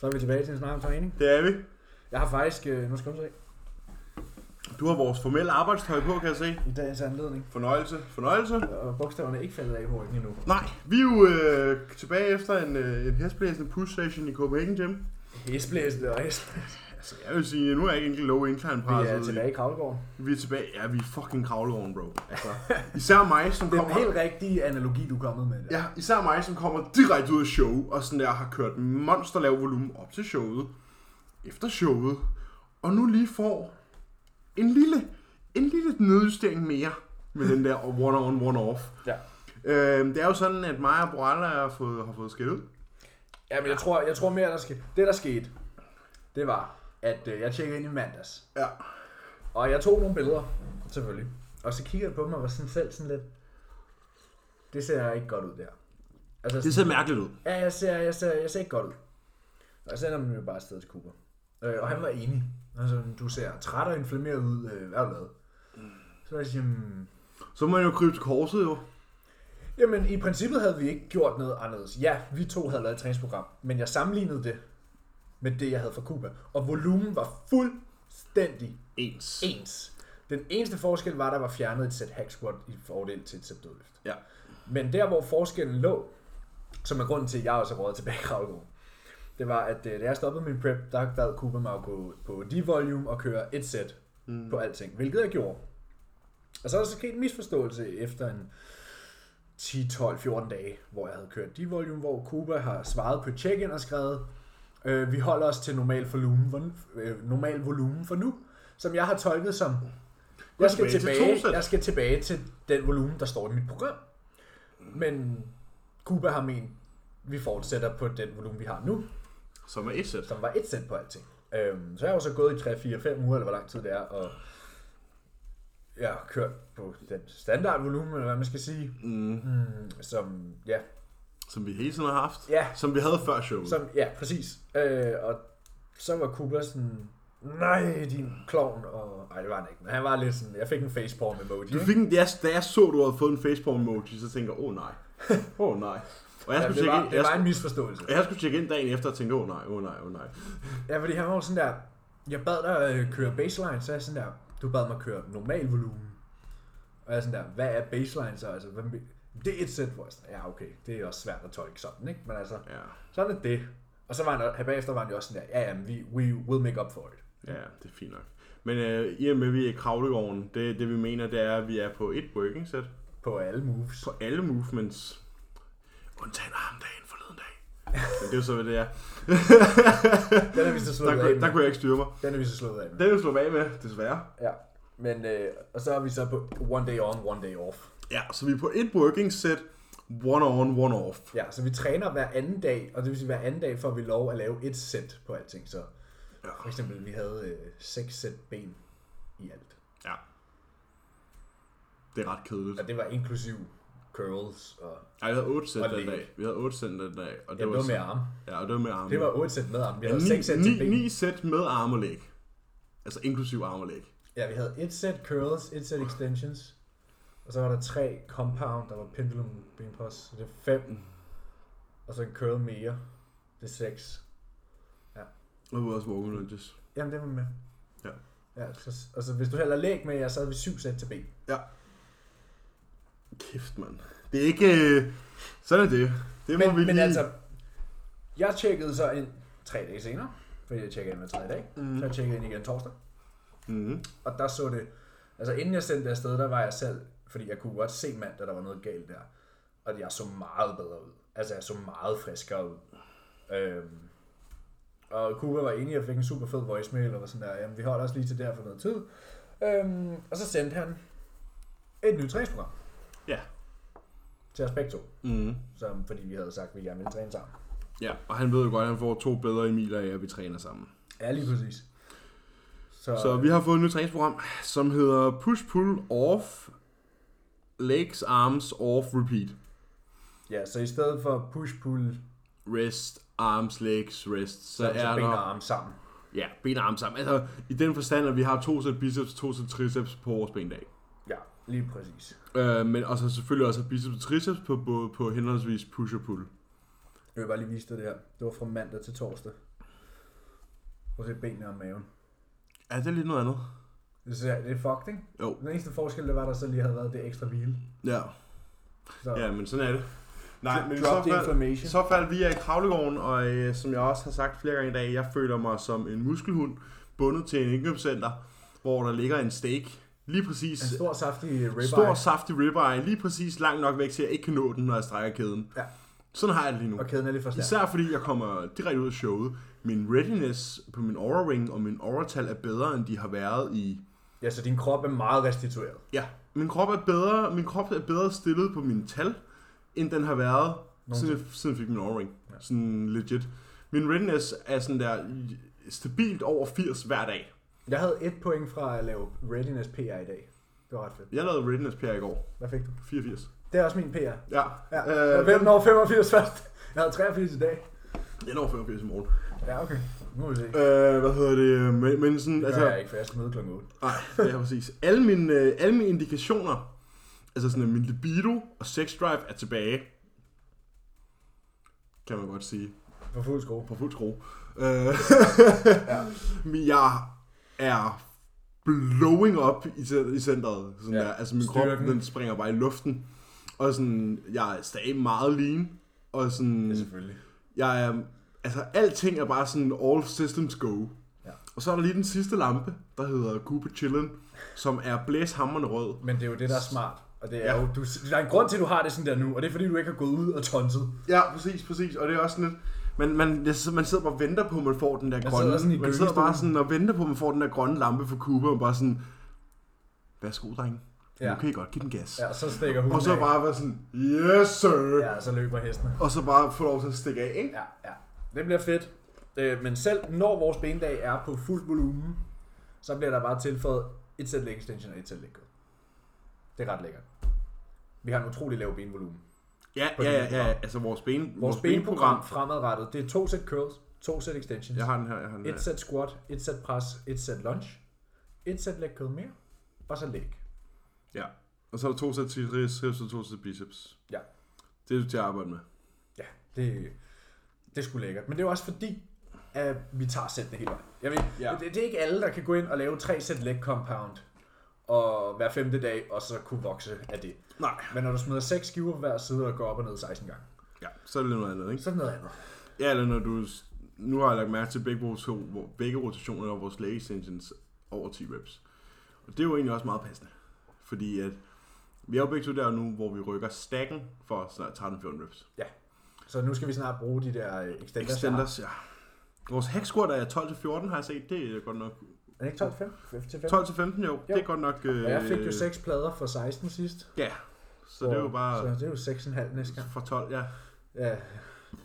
Så er vi tilbage til en snak om træning. Det er vi. Jeg har faktisk, øh, nu skal du se, Du har vores formelle arbejdstøj på, kan jeg se. i dagens anledning. Fornøjelse, fornøjelse. Og bogstaverne er ikke faldet af på ryggen endnu. Nej, vi er jo øh, tilbage efter en, øh, en hestblæsende push session i Copenhagen Gym. Hestblæsende og hest. Altså, jeg vil sige, nu er jeg ikke en low incline Vi er presset. tilbage i Kravlegården. Vi er tilbage. Ja, vi er fucking kravlevogn, bro. Altså, især mig, som Det er kommer... en helt rigtig analogi, du er kommet med. Der. Ja, især mig, som kommer direkte ud af show, og sådan der har kørt monsterlav volumen op til showet, efter showet, og nu lige får en lille, en lille nedjustering mere med den der one on, one off. Ja. Øhm, det er jo sådan, at mig og Borella har fået, har fået skæld ud. Ja, men jeg tror, jeg tror mere, der skete. Det, der skete, det var, at øh, jeg tjekkede ind i mandags. Ja. Og jeg tog nogle billeder, selvfølgelig. Og så kiggede jeg på mig og var sådan selv sådan lidt, det ser ikke godt ud der. Altså, sådan, ser mærkeligt ud. ja, jeg ser, jeg, ser, jeg ser ikke godt ud. Og så ender man jo bare afsted til Cooper. Øh, og han var enig. Altså, du ser træt og inflammeret ud. Øh, hvad har du lavet? Så jeg siger, "Hmm, Så må man jo krybe til korset jo. Jamen, i princippet havde vi ikke gjort noget anderledes. Ja, vi to havde lavet et træningsprogram, men jeg sammenlignede det med det, jeg havde fra Cuba. Og volumen var fuldstændig Ens. ens. Den eneste forskel var, at der var fjernet et sæt hack squat i fordel til et sæt dødløft. Ja. Men der, hvor forskellen lå, som er grunden til, at jeg også er råd tilbage i kravlegården, det var, at øh, da jeg stoppede min prep, der bad Cooper mig at gå på D-volume og køre et sæt mm. på alting, hvilket jeg gjorde. Og så er der så sket en misforståelse efter en 10, 12, 14 dage, hvor jeg havde kørt D-volume, hvor Cooper har svaret på check-in og skrevet, øh, vi holder os til normal volumen, for, øh, normal volumen for nu, som jeg har tolket som, jeg skal, tilbage til to tilbage, sæt. jeg skal tilbage til den volumen, der står i mit program. Men Cuba har ment, vi fortsætter på den volumen, vi har nu, Som er et sæt. som var et sæt på alting. Øhm, så jeg har jo så gået i 3, 4, 5 uger, eller hvor lang tid det er, og jeg har kørt på den standardvolumen, eller hvad man skal sige, Mm. mm, som, ja, Som vi hele tiden har haft. Ja. Som vi havde før showet. som, ja, præcis. Øh, og så var Cooper sådan, nej, din klovn, og nej, det var han ikke, men han var lidt sådan, jeg fik en facepalm emoji, Du ikke? fik en, da, jeg, da jeg så, du havde fået en facepalm emoji, så tænkte jeg, åh oh, nej. Åh oh, nej. Og jeg Ja, skulle, det, tjekke var, ind, det jeg, var en misforståelse. skulle, jeg skulle tjekke ind dagen efter og tænkte, åh oh, nej, åh oh, nej, åh oh, nej. Ja, fordi han var jo sådan der, jeg bad dig øh, køre baseline, så er jeg sådan der, du bad mig køre normal volumen. Og jeg er sådan der, hvad er baseline så? Altså, hvad, men- det er et sæt, hvor jeg er sådan, ja okay, det er også svært at tolke sådan, ikke? Men altså, Ja, sådan er det. Og så var han, og bagefter var han jo også sådan der, ja, ja, men vi, we will make up for it. ja, det er fint nok. Men øh, i og med, at vi er i kravlegården, det, det vi mener, det er, at vi er på et working set. På alle moves. På alle movements. Undtagen armdagen forleden dag. Men det er jo så, hvad det er. Den er vi så slået Der, af kunne, der med. kunne jeg ikke styre mig. Den er vi så slået af med. Den er jo slået af med, desværre. Ja. Men, øh, og så er vi så på one day on, one day off. Ja, så vi er på et working set. One on, one off. Ja, så vi træner hver anden dag, og det vil sige, hver anden dag får vi lov at lave et sæt på alting. Så Ja. for eksempel, vi havde øh, seks sæt ben i alt. Ja. Det er ret kedeligt. Og det var inklusiv curls og Ej, vi havde 8 sæt Og den leg. dag. Vi havde 8 sæt den dag. Og det, ja, det var med arme. Ja, og det var med arme. Det var otte sæt med arme. Vi havde ni, seks sæt til ben. 9 sæt med arme og læg. Altså inklusiv arme og læg. Ja, vi havde et sæt curls, et sæt extensions. Og så var der tre compound, der var pendulum benpress. Så det er Mm. fem. Og så en curl mere. Det er seks. Og vi var også walking lunges. Jamen, det var med. Ja. Ja, så, altså, hvis du heller læg med jer, så havde vi syv sæt til ben. Kæft, mand. Det er ikke... Øh... Sådan er det. Det må men, vi men lige... altså, jeg tjekkede så ind tre dage senere, fordi jeg tjekkede ind hver tredje dag. Mhm. Mm. Så jeg tjekkede ind igen torsdag, Mm-hmm. og der så det... Altså inden jeg sendte det afsted, der var jeg selv, fordi jeg kunne godt se mandag, der var noget galt der. Og jeg så meget bedre ud. Altså jeg så meget friskere ud. Øhm, og Kuba var enig, jeg fik en super fed voicemail, og var sådan der, jamen vi holder os lige til der for noget tid. Øhm, og så sendte han et nyt træningsprogram Ja. til os begge to, Mm-hmm. som, fordi vi havde sagt, at vi gerne ville træne sammen. Ja, og han ved jo godt, at han får to bedre Emiler af, at vi træner sammen. Ja, lige præcis. Så, Så vi har fået et nyt træningsprogram, som hedder Push Pull Off Legs Arms Off Repeat. ja, så i stedet for push-pull, Rest, arms, legs, rest. Så, så, så er ben der og arme sammen. Ja, ben og arme sammen. Altså, i den forstand, at vi har to sæt biceps, to sæt triceps på vores bendag. Ja, lige præcis. Øh, men og så selvfølgelig også biceps og triceps på, på, på henholdsvis push og pull. Jeg vil bare lige vise dig det her. Det var fra mandag til torsdag. Prøv at se benene og maven. Ja, det er lidt noget andet. Det ser- det er fucked, ikke? Jo. Den eneste forskel, det var, der så lige havde været det ekstra hvile. Ja. Så Ja, men sådan er det. Nej, men i drop så the fald, i information. så fald vi er i kravlegården, og øh, som jeg også har sagt flere gange i dag, jeg føler mig som en muskelhund bundet til en indkøbscenter, hvor der ligger en steak, lige præcis en stor, saftig ribeye. stor saftig ribeye, lige præcis langt nok væk til, at jeg ikke kan nå den, når jeg strækker kæden. Ja. Sådan har jeg det lige nu. Og kæden er lidt for stærk. Især fordi jeg kommer direkte ud af showet. Min readiness på min aura ring og min aura tal er bedre, end de har været i... Ja, så din krop er meget restitueret. Ja, min krop er bedre, min krop er bedre stillet på mine tal, end den har været, siden jeg, siden jeg fik min aura ring. Ja. Sådan legit. Min readiness er sådan der stabilt over 80 hver dag. Jeg havde et point fra at lave readiness PR i dag. Det var ret fedt. Jeg lavede readiness PR i går. Hvad fik du? 84. Det er også min PR. Ja. Ja, Øh, øh, hvem når 85 først? Jeg havde 83 i dag. jeg når 85 i morgen. Ja, okay. Nu må vi se. Øh, hvad hedder det? Men, men sådan, Det altså... gør jeg ikke, for jeg skal møde kl. 8. Nej, ja, præcis. Alle mine, øh, alle mine indikationer, altså sådan, at min libido og sex drive er tilbage, kan man godt sige, På fuld skrue. på fuld skrue. Øh, Men jeg er blowing up i, ce- i centret. Sådan Ja, ja, der. Altså min krop, styrken. den springer bare i luften. Og sådan, jeg er stadig meget lean. Og sådan, Ja, selvfølgelig. jeg er, altså alting er bare sådan all systems go. Ja. Ja. Og så er der lige den sidste lampe, der hedder Cooper Chillen, som er blæshammerende rød. Men det er jo det, der er smart. Og det er Ja. jo, du, der er en grund til, at du har det sådan der nu, og det er fordi, du ikke har gået ud og tonset. Ja, præcis, præcis. Og det er også sådan lidt, man, man, jeg sidder- man sidder bare og venter på, at man får den der sidder grønne. sådan i man sidder bare gyngestolen. sådan og venter på, at man får den der grønne lampe fra Cooper, og bare sådan, værsgo, dreng. Ja. Ja. Nu kan I godt give den gas. Ja. Ja, så stikker hun Og så af. bare være sådan, yes sir. Ja. Ja, så løber hestene. Og så bare få lov til at stikke af, ikke? Ja, ja. Det bliver fedt. Øh, men selv når vores bendag er på fuld volumen, så bliver der bare tilføjet et sæt leg extension og et sæt leg curl. Det er ret lækkert. Vi har en utrolig lav benvolumen. Ja, På det her program. Altså vores ben, vores, Vores benprogram fremadrettet, det er to sæt curls, to sæt extensions, Jeg har den her, jeg har den her. et sæt squat, et sæt pres, et sæt lunge, et sæt leg curl mere, og så leg. Ja. Og så er der to sæt triceps og to sæt biceps. Ja. Det er det, jeg arbejder med. Ja, det, det er sgu lækkert. Men det er jo også fordi, at vi tager sættene hele vejen. Jeg ved, ja. Ja. det, det, er ikke alle, der kan gå ind og lave tre sæt leg compound og hver femte dag, og så kunne vokse af det. Nej. Men når du smider seks skiver på hver side og går op og ned 16 gange, Ja, så er det lidt noget andet, ikke? så er det noget andet. Ja, eller når du... Nu har jeg lagt mærke til begge, vores, hvor begge rotationer af vores leg extensions over 10 reps. Og det er jo egentlig også meget passende. Fordi at vi er jo begge to der nu, hvor vi rykker stacken for snart 13-14 reps. Ja. Så nu skal vi snart bruge de der øh, extenders. Extender. Extenders, ja. Vores hack squat er 12-14, har jeg set. Det er godt nok... Er det ikke 12, 5? 5 til 5? 12-15, jo. jo. Det er godt nok... Øh, Og jeg fik jo 6 plader for 16 sidst. Ja. Så det er jo Så bare det er jo 6,5 næste gang. fra 12, ja. Ja,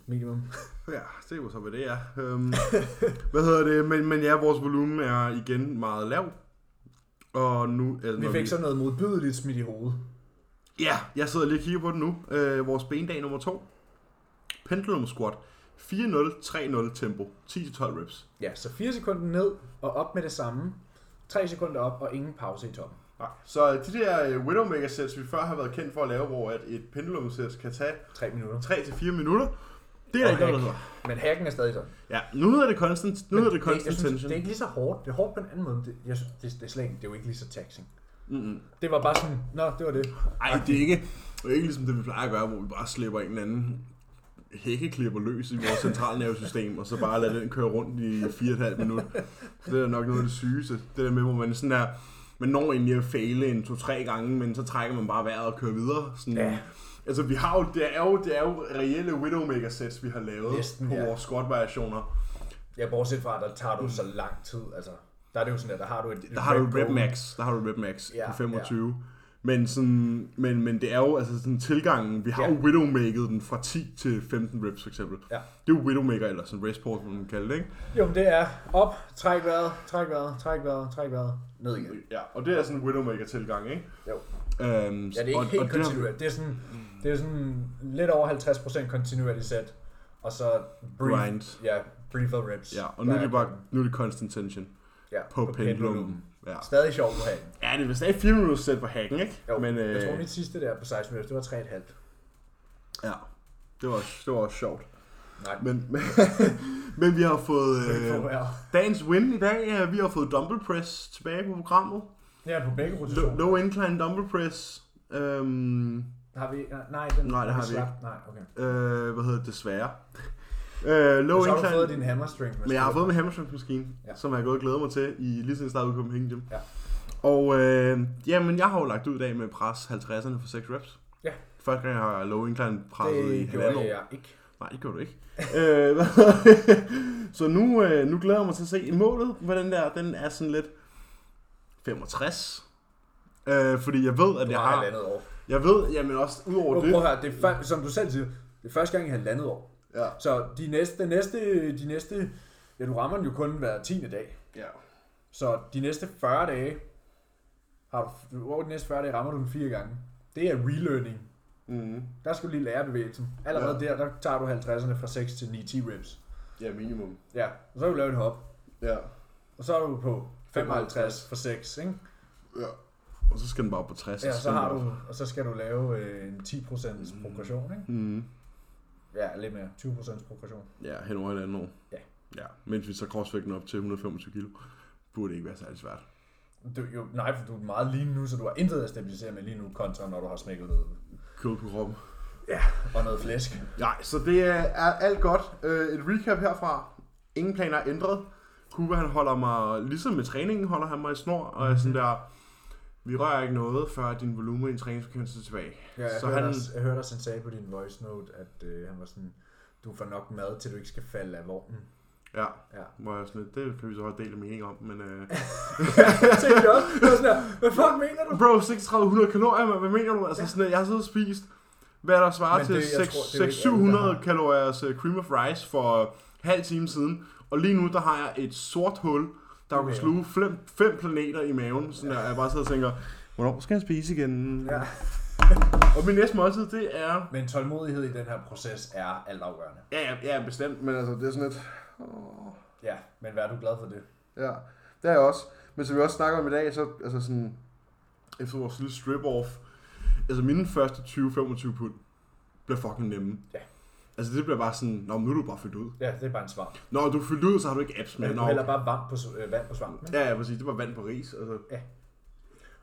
minimum. Ja, det er jo så, hvad det er. Øhm, hvad hedder det? Men, men ja, vores volumen er igen meget lav. Og nu... Altså, Vi når fik sådan noget modbydeligt smidt i hovedet. Ja, jeg sidder lige og kigger på den nu. Øh, vores bendag nummer 2. Pendulum squat. 4-0-3-0 tempo. 10-12 reps. Ja, så 4 sekunder ned og op med det samme. 3 sekunder op og ingen pause i toppen. Nej. Så de der øh, Widowmaker sets, vi før har været kendt for at lave, hvor at et pendulum set kan tage 3 minutter. 3-4 minutter. Det er der Og ikke noget, der hack. hedder. Men hacken er stadig sådan. Ja, nu hedder det constant, nu hedder det jeg constant synes, tension. det er ikke lige så hårdt. Det er hårdt på en anden måde. men Det, jeg synes, det, det, er slet ikke, det er jo ikke lige så taxing. Mm-mm. Det var bare sådan, nå, det var det. Ej, det er ikke, det er ikke ligesom det, vi plejer at gøre, hvor vi bare slipper en eller anden hækkeklipper løs i vores centralnervesystem, og så bare lader den køre rundt i 4,5 minutter. Så det er da nok noget af det sygeste. Det der med, hvor man sådan der, man når egentlig at fejle en to-tre gange, men så trækker man bare vejret og kører videre. Sådan, Ja. Altså, vi har jo, det er jo, det er jo reelle Widowmaker-sets, vi har lavet Næsten, på ja. vores squat-variationer. Ja, bortset fra, der tager du så lang tid. Altså, der er det jo sådan, at der har du et... Mm. Der har du rep max, der har du rep max Ja, ja, på 25. Ja. Men, sådan, men, men det er jo altså sådan tilgangen, vi har Ja. ja. jo widowmaket den fra 10 til 15 reps for eksempel. Ja. Det er jo widowmaker, eller sådan rest pause, som man kalder det, ikke? Jo, men det er op, træk vejret, træk vejret, træk vejret, træk vejret, ned igen. Ja, og det er sådan en widowmaker tilgang, ikke? Jo. Øhm, Ja, det er ikke og, helt det har- kontinuerligt. Det er sådan, det er sådan lidt over 50% kontinuerligt sæt. Og så brief, Grind. Ja, briefer reps. Ja, og nu er Der det bare nu er det constant tension ja, på, på pendulum. Ja. Stadig sjovt at have. ja, det er stadig 4 minutter sæt på hacken, ikke? Jo, men, øh, jeg tror, mit sidste der på 16 minutter, det var 3,5. ja, det var, det var også sjovt. Nej. Men, men, men vi har fået øh, Øh, dagens win i dag. Ja, vi har fået dumbbell press tilbage på programmet. det er på begge Low, rotationer. low incline dumbbell press. Øhm, Har vi... Nej, den Nej, det har vi slap. Nej, okay. øh, hvad hedder det? Desværre. Øh, low Så har du incline. fået din hamstring. Men jeg har fået min hamstringsmaskine, ja. Ja. som jeg har gået og glædet mig til, i, lige siden jeg startede i Copenhagen Gym. Ja. Og øh, jamen, jeg har jo lagt ud i dag med pres 50'erne for 6 reps. Ja. Første gang jeg har low incline presset i Det halvandet gjorde år. jeg ikke. Nej, det gjorde du ikke. øh, hvad hedder det? så nu, øh, nu glæder jeg mig til at se målet, hvordan der, den er sådan lidt 65. Øh, fordi jeg ved, at Du jeg har har... halvandet år. Jeg ved, jamen også udover Prøv, det... prøv at høre, det er før, som du selv siger, det er første gang i halvandet år. Ja. Så de næste, de næste, de næste, ja du rammer den jo kun hver 10. dag. ja. Så de næste 40 dage, har du, over de næste 40 dage rammer du den fire gange. Det er relearning. Mm. Der skal du lige lære bevægelsen. Allerede der, der tager du 50'erne fra 6 til 9 10 reps. Ja, minimum. Ja, og så har du lavet et hop. Ja. Og så er du på 55 for 6, ikke? ja. Og så skal den bare op på 60. Ja, skal så den har bare- du, og så skal du lave øh, en 10% progression, ikke? Mm. Ja, lidt mere. 20% progression. Ja, hen over halvanden år. Ja. Ja, mens vi så crossvægten op til 125 kilo, burde det ikke være særlig svært. Du, jo, nej, for du er meget lige nu, så du har intet at stabilisere med lige nu, kontra når du har smækket noget, Kød på kroppen. og noget flæsk. Nej, så det er er alt godt. Øh, Et recap herfra. Ingen planer er ændret. Kuba han holder mig, ligesom med træningen, holder han mig i snor, og er sådan der, vi rører ikke noget, før din volumen i en træningsbekendelse er tilbage. Ja, jeg, så så hørte han, han... også, jeg hørte også, han sagde på din voice note, at øh, han var sådan, du får nok mad, til du ikke skal falde af vognen. ja, Ja. hvor jeg sådan, lidt, det kan vi så godt dele mening om, men øh, Jeg tænkte også, jeg var sådan her, hvad fuck mener du? bro, 3600 kalorier, mand, hvad mener du? Altså sådan, at jeg har siddet og spist, hvad der svarer Men til det- jeg tror, det er jo ikke alle, der 600-700 har. kaloriers øh, cream of rice for halv time siden, og lige nu, der har jeg et sort hul, I der kan maven. sluge fem, fem planeter i maven, sådan der, jeg bare sidder og tænker, hvornår skal jeg spise igen? Ja. Og min næste måltid, det er... Men tålmodighed i den her proces er altafgørende. Ja, ja, ja, bestemt, men altså, det er sådan lidt... Åh. Ja, men vær du glad for det. Ja, det er jeg også. Men som vi også snakker om i dag, så altså sådan, efter vores lille strip-off, altså mine første 20-25 pund bliver fucking nemme. Ja. Altså det bliver bare sådan, nå, men nu er du bare fyldt ud. Ja, det er bare en svamp. Nå, du er fyldt ud, så har du ikke apps Men med. du Nå. hælder bare vand på, s- øh, vand på svampen. ikke? Ja, ja, præcis. Det var vand på ris. Altså.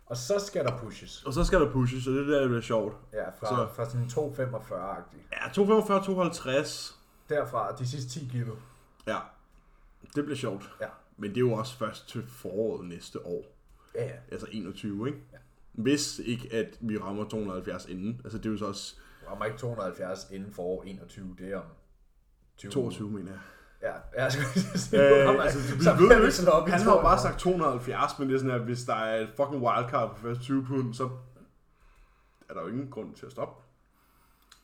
Og så skal der pushes. Og så skal der pushes, og det er der, det bliver sjovt. Ja, fra, Så- fra sådan 2,45-agtig. Ja, 245, 250. Derfra, de sidste 10 kilo. Ja, det bliver sjovt. Ja. Men det er jo også først til foråret næste år. Ja, ja. Altså 21, ikke? Ja. Hvis ikke, at vi rammer 270 inden. Altså det er jo så også Du rammer ikke 270 inden for år 21, det er om 20 22, mener jeg. Ja, jeg skulle lige til at sige, du Øh, rammer- altså, vi så ved kan jo vi ikke, slå op i han har jo 200. bare sagt 270, men det er sådan, at hvis der er et fucking wildcard på første 20 pund, så er der jo ingen grund til at stoppe.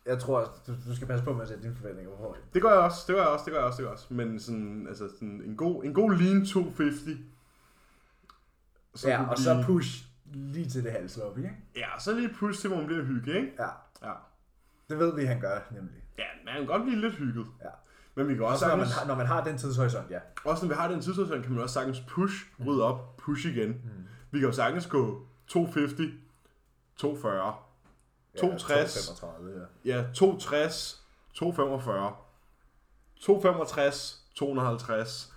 Jeg tror, at du, du skal passe på med at sætte dine forventninger på højt. Det gør jeg også, det gør jeg også, det gør jeg også, det gør jeg også. Men sådan, altså sådan en god, en god lean 250. Ja, kunne og så blive- push lige til det halve op, ikke? Ja, så lige push til, hvor man bliver hygge, ikke? Ja, Ja. det ved vi, han gør nemlig. Ja, man kan godt blive lidt hygget. Ja. Men vi kan Og også så når man, sagtens, har, når man har den tidshorisont, ja. også når vi har den tidshorisont, kan man også sagtens push, rydde op, push igen. Mm. Vi kan jo sagtens gå 250, 240, Ja, 260, 235, ja. Ja, 260, 245, 265, 250,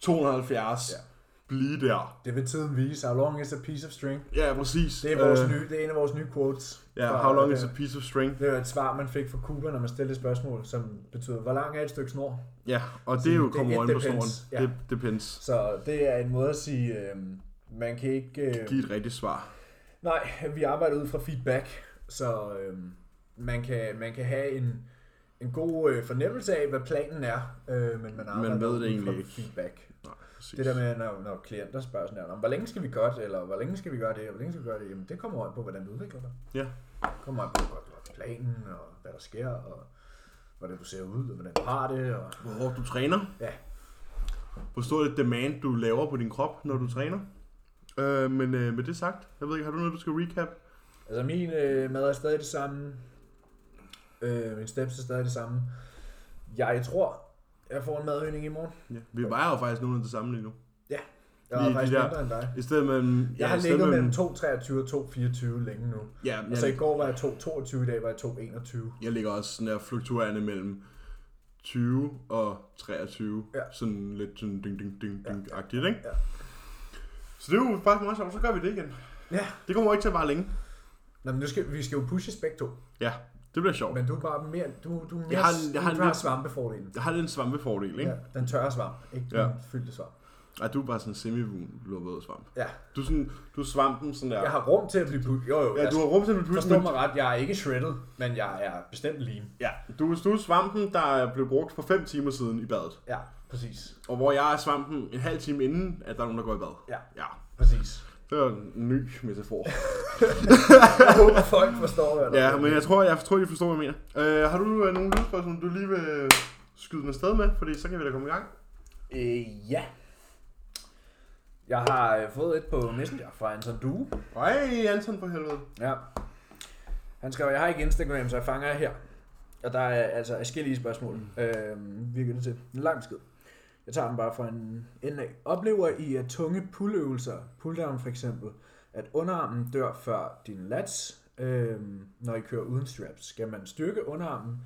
270. Ja. Ja. Blive der. Det vil tiden vise. How long is a piece of string? Ja, præcis. Øh, Det er, vores nye, det er en af vores nye quotes. Ja, Fra- how long is a det, piece of string? det er et svar, man fik fra Cooper, når man stillede et spørgsmål, som betyder, hvor lang er et stykke snor? Ja, og det Sådan, er jo det- kommer it øjen på depends. snoren. Ja. Det depends. Så det er en måde at sige, øh, man kan ikke... Øh, Giv et rigtigt svar. Nej, vi arbejder ud fra feedback, så øhm, man, kan, man kan have en, en god øh, fornemmelse af, hvad planen er, øh, men man arbejder ved det ud egentlig fra ikke. feedback. Nej, præcis. Det der med, når, når klienter spørger sådan her, "Nå, hvor længe skal vi gøre det, eller hvor længe skal vi gøre det, og hvor længe skal vi gøre det, jamen det kommer an på, hvordan du udvikler dig. Ja. Det kommer an på, hvad planen, og hvad der sker, og hvordan du ser ud, og hvordan du har det, og Hvor hårdt du træner. ja, Hvor stor et demand du laver på din krop, når du træner. Øh, men øh, med det sagt, jeg ved ikke, har du noget, du skal recap? Altså min øh, mad er stadig det samme. Øh, min steps er stadig det samme. Jeg tror, jeg får en madøgning i morgen. Ja. Vi vejer jo faktisk nogenlunde det samme lige nu. Ja, jeg Lige er de faktisk der- mindre end dig. I stedet mellem... Jeg har i stedet ligget mellem 2,23 og 2,24 længe nu. Altså, Ja, Og så i går var jeg 2,22, i dag var jeg 2,21. Jeg ligger også sådan der fluktuerende mellem 20 og 23. Ja. Sådan lidt sådan ding ding ding Ja. ding ja. agtigt, ikke? Ja. Så det er jo faktisk meget sjovt, så gør vi det igen. Ja. Det kommer ikke til at vare længe. Nå, men nu skal, vi skal jo pushes begge to, Ja, det bliver sjovt. men du er bare mere, du, du er mere, Jeg har- jeg har du har lidt- svampefordelen. Jeg har lidt en svampefordel, ikke? Ja, den tørre svamp, ikke Ja. den fyldte svamp. Ej, du er bare sådan semi-våd svamp. Ja, Du er, sådan, du er svampen sådan der. jeg har rum til at blive pushet. Jo, jo, ja, jeg du har rum til at blive pustet, forstår men- mig ret, jeg er ikke shredded, men jeg er bestemt lean. Ja, du, du er svampen, der blev brugt for 5 timer siden i badet. Ja, præcis. Og hvor jeg er svampen en halv time inden, at der er nogen, der går i bad. Ja, Ja, præcis. det er en ny metafor. Jeg håber, folk forstår, hvad der ja, men jeg tror, jeg tror, I forstår, hvad jeg mener. Øh, har du øh, nogle lydspørgsmål, du lige vil skyde den sted med? Fordi så kan vi da komme i gang. Øh, ja. Jeg har øh, fået et på Messenger fra Anton Due. Ej, Anton for helvede. Ja. Han skriver, jeg har ikke Instagram, så jeg fanger jer her. Og der er altså forskellige spørgsmål. Øh, virker det til. En lang skid. Jeg tager den bare fra en ende af. Oplever I, at tunge pulløvelser, pulldown for eksempel, at underarmen dør før din lats, øh, når I kører uden straps? Skal man styrke underarmen,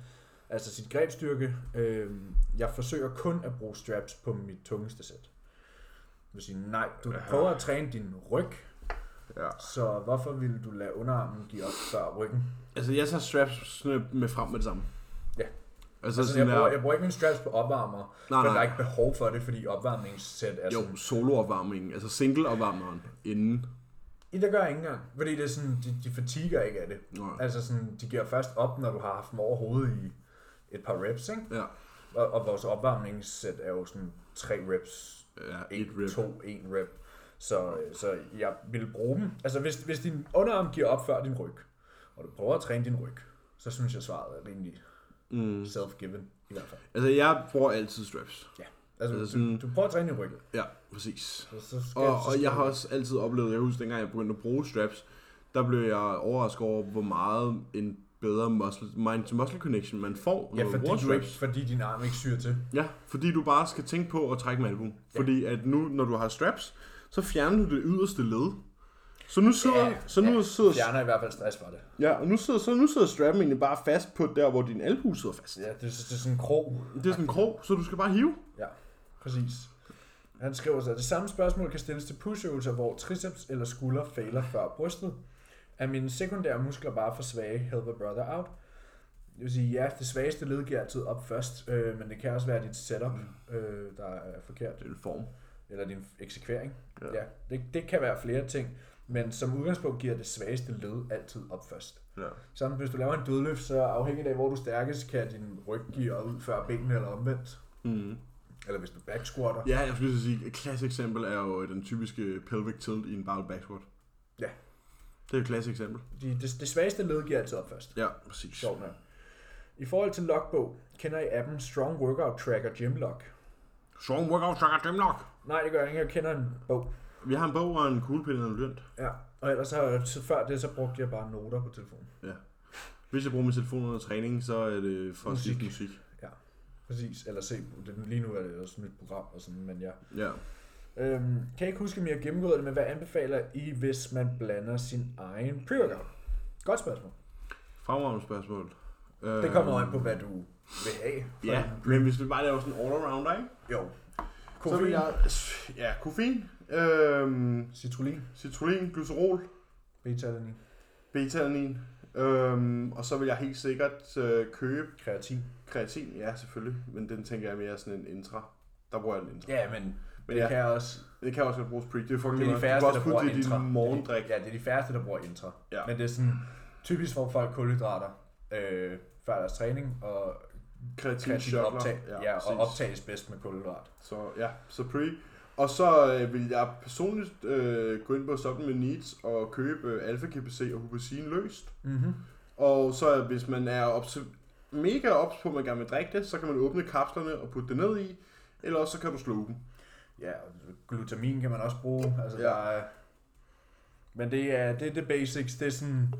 altså sit grebstyrke? Øh, jeg forsøger kun at bruge straps på mit tungeste sæt. Det vil sige, nej, du prøver at træne din ryg, Ja. så hvorfor ville du lade underarmen give op før ryggen? Altså, jeg tager straps med frem med det samme. Ja. Altså, Så jeg, sådan bruger, der, jeg bruger ikke min straps på opvarmer, Nej, for der nej. er ikke behov for det, fordi opvarmningssæt er sådan... jo, soloopvarmningen, altså single-opvarmeren inden. I det gør jeg ikke engang, fordi det er sådan, de, de fatiger ikke af det. Nå, Altså sådan, de giver først op, når du har haft dem over hovedet i et par reps, ikke? ja. Og, og vores opvarmningssæt er jo sådan tre reps, Ja, et en, rip. to, en rep. Så, øh, så jeg vil bruge dem. Altså hvis, hvis din underarm giver op før din ryg, og du prøver at træne din ryg, så synes jeg svaret er rimelig Mm. self-given i hvert fald. Altså, jeg bruger altid straps. Ja. Altså, Altså altså sådan- du, du prøver at træne i ryggen. Ja, præcis. Så, så skal, Og, så og skal jeg har du- også altid oplevet, jeg husker dengang jeg begyndte at bruge straps, der blev jeg overrasket over, hvor meget en bedre muscle, mind to muscle connection man får, når Ja, man fordi, bruger du ikke, straps. fordi din arm ikke syr til. Ja, fordi du bare skal tænke på at trække med albuen. Ja. Fordi at nu, når du har straps, så fjerner du det yderste led. Så nu sidder, ja, så nu ja, sidder, ja. Fjerner i hvert fald stress fra det. og nu sidder, så nu sidder strappen egentlig bare fast på der, hvor din albue sidder fast. Ja, det, det er sådan en krog. Det er sådan en krog, så du skal bare hive. Ja, præcis. Han skriver så, at det samme spørgsmål kan stilles til pushøvelser, hvor triceps eller skulder fejler før brystet. Er mine sekundære muskler bare for svage? Help a brother out. Det vil sige, ja, det svageste led giver altid op først, øh, men det kan også være dit setup, Mm. øh, der er forkert. Det er en form. eller din eksekvering. Ja. Ja. ja det, det kan være flere ting, men som udgangspunkt giver det svageste led altid op først. Ja. Samt hvis du laver en dødløft, så afhængigt af hvor du er stærkest, kan din ryg give ud før benene eller omvendt. Mm. Eller hvis du back squatter. Ja, jeg skulle lige så sige, et klassisk eksempel er jo øh, den typiske pelvic tilt i en barbell back squat. Ja. Det er et klassisk eksempel. De, det, det svageste led giver altid op først. Ja, præcis. Sjovt nok. I forhold til logbog, kender I appen Strong Workout Tracker Gymlog? Strong workout tracker dem nok. Nej, det gør jeg ikke. Jeg kender en bog. Vi har en bog og en kuglepind og en lynt. Ja, og ellers så, så før det, så brugte jeg bare noter på telefonen. Hvis jeg bruger min telefon under træning, så er det for at Musik. skifte musik. Præcis, eller se, det- lige nu er det også et nyt program og sådan, men ja. Ja. Øhm, kan jeg ikke huske, om jeg har gennemgået det, men hvad anbefaler I, hvis man blander sin egen pre-workout? Godt spørgsmål. Fremragende spørgsmål. Øh, Det kommer jo an på, hvad du vil have. for Ja, en- men hvis vi bare laver sådan en all-arounder, ikke? Jo. Så vil Koffein, jeg... Ja, koffein, øhm, citrullin, citrullin, glycerol, beta-alanin, beta-alanin, øhm, og så vil jeg helt sikkert øh, købe kreatin. Kreatin, ja selvfølgelig, men den tænker jeg mere sådan en intra. Der bruger jeg en intra. Ja, men, Men det ja. kan jeg også. Det kan også godt bruges pre. Det er fucking Det er de meget. du færreste, kan også der bruger putte det i intra. din Det morgendrik. er de- Ja, det er de færreste, der bruger intra. Ja. Men det er sådan typisk for folk kulhydrater øh, før deres træning, og Kreatin, kreatin chokler. optag, ja, ja, og præcis. optages bedst med kulhydrat. Så ja, så pre. Og så øh, vil jeg personligt øh, gå ind på Supplement Needs og købe øh, alfa GPC og huperzin løst. Mm-hmm. Og så øh, hvis man er ops mega ops på, at man gerne vil drikke det, så kan man åbne kapslerne og putte det ned i. Eller også så kan du sluge dem. Ja, og glutamin kan man også bruge. Altså, Ja. ja. der er, men det er det, er det basics. Det er sådan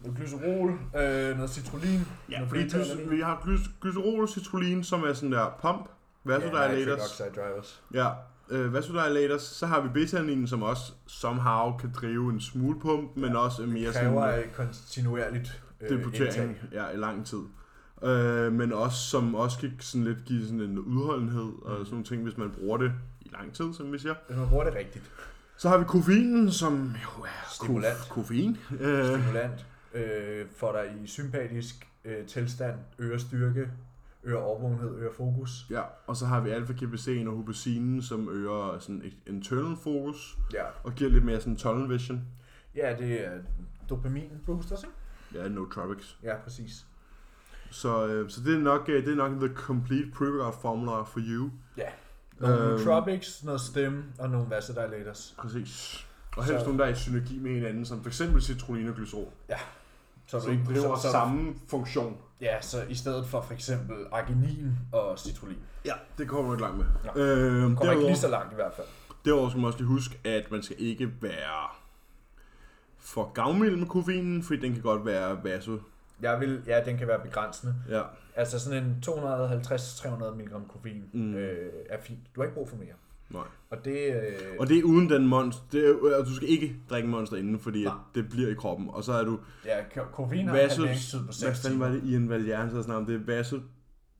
noget glycerol, øh, noget citrullin. noget fordi gly- vi har gly- glycerol og citrullin, som er sådan der pump. nitric Vasodilators. oxide drivers. Ja, øh, vasodilators, så har vi beta som også somehow kan drive en smule pump, men også mere Det sådan kræver øh, et kontinuerligt øh, deputering indtag. ja, i lang tid. Øh, men også, som også kan sådan lidt give sådan en udholdenhed og sådan nogle ting, hvis man bruger det i lang tid, som vi siger. Hvis Altså, man bruger det rigtigt. Så har vi koffeinen, som jo er Stimulant. kof- koffein. Øh, Stimulant. Øh, får dig i sympatisk øh, tilstand. Øger styrke. Øger overvågenhed. Øger fokus. ja, og så har vi alfa-GBC'en og hubercinen, som øger sådan et internal focus Ja. og giver lidt mere sådan tunnel vision. Ja, det er dopamin boosters, ikke? Ja, nootropics. Ja, præcis. Så, øh, så det, er nok, øh, det er nok the complete pre-workout formula for you. Ja. Nogle Øhm. øhm. nootropics, noget stem og nogle vasodilators. Præcis. Og helst Så- nogle, der er i synergi med hinanden, som f.eks. citrullin og glycerol, Så som driver så- så- samme funktion. Ja, så i stedet for for eksempel arginin og citrullin. Ja, det kommer du ikke langt med. Nå. Øh, Kommer ikke derudover, lige så langt i hvert fald. derudover skal man også lige huske, at man skal ikke være for gavmild med koffeinen, fordi den kan godt være vaso. Jeg vil, ja, den kan være begrænsende. Ja, Altså sådan en 250-300 mg koffein Mm. mm. øh, er fint. Du har ikke brug for mere. nej. Og det, øh, Og det er uden den monster. Det er, og du skal ikke drikke monster inden, fordi at Nej. det bliver i kroppen. Og så er du... ja, ko- koffein har en vasos- halveringstid på 6 Hvad fanden var timer. det, Ian Valian så snakkede om? Det er vaso,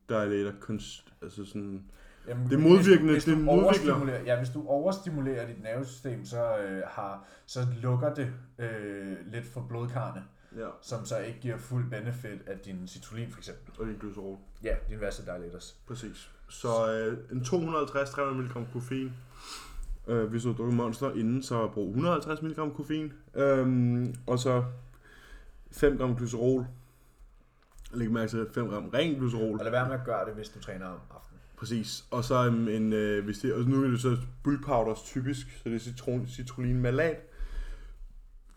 der er lidt konst... Altså sådan... Jamen, Det er modvirkende, Hvis, hvis det du modvirker. overstimulerer, ja, hvis du overstimulerer dit nervesystem, så, øh, har, så lukker det øh, lidt for blodkarne, Ja, som så ikke giver fuld benefit af din citrullin for eksempel. og det er glycerol. Ja, din vasodilators. Præcis. Så øh, en 250-300 mg koffein. Øh, hvis du har drukket monster inden, så brug 150 mg koffein. Øhm, og så 5 gram glycerol. Læg mærke til 5 gram ren glycerol. Og lad være med at gøre det, hvis du træner om aftenen. Præcis. Og så en, en øh, hvis det, og nu er det så bull powders typisk, så det er citron, citrullin malat.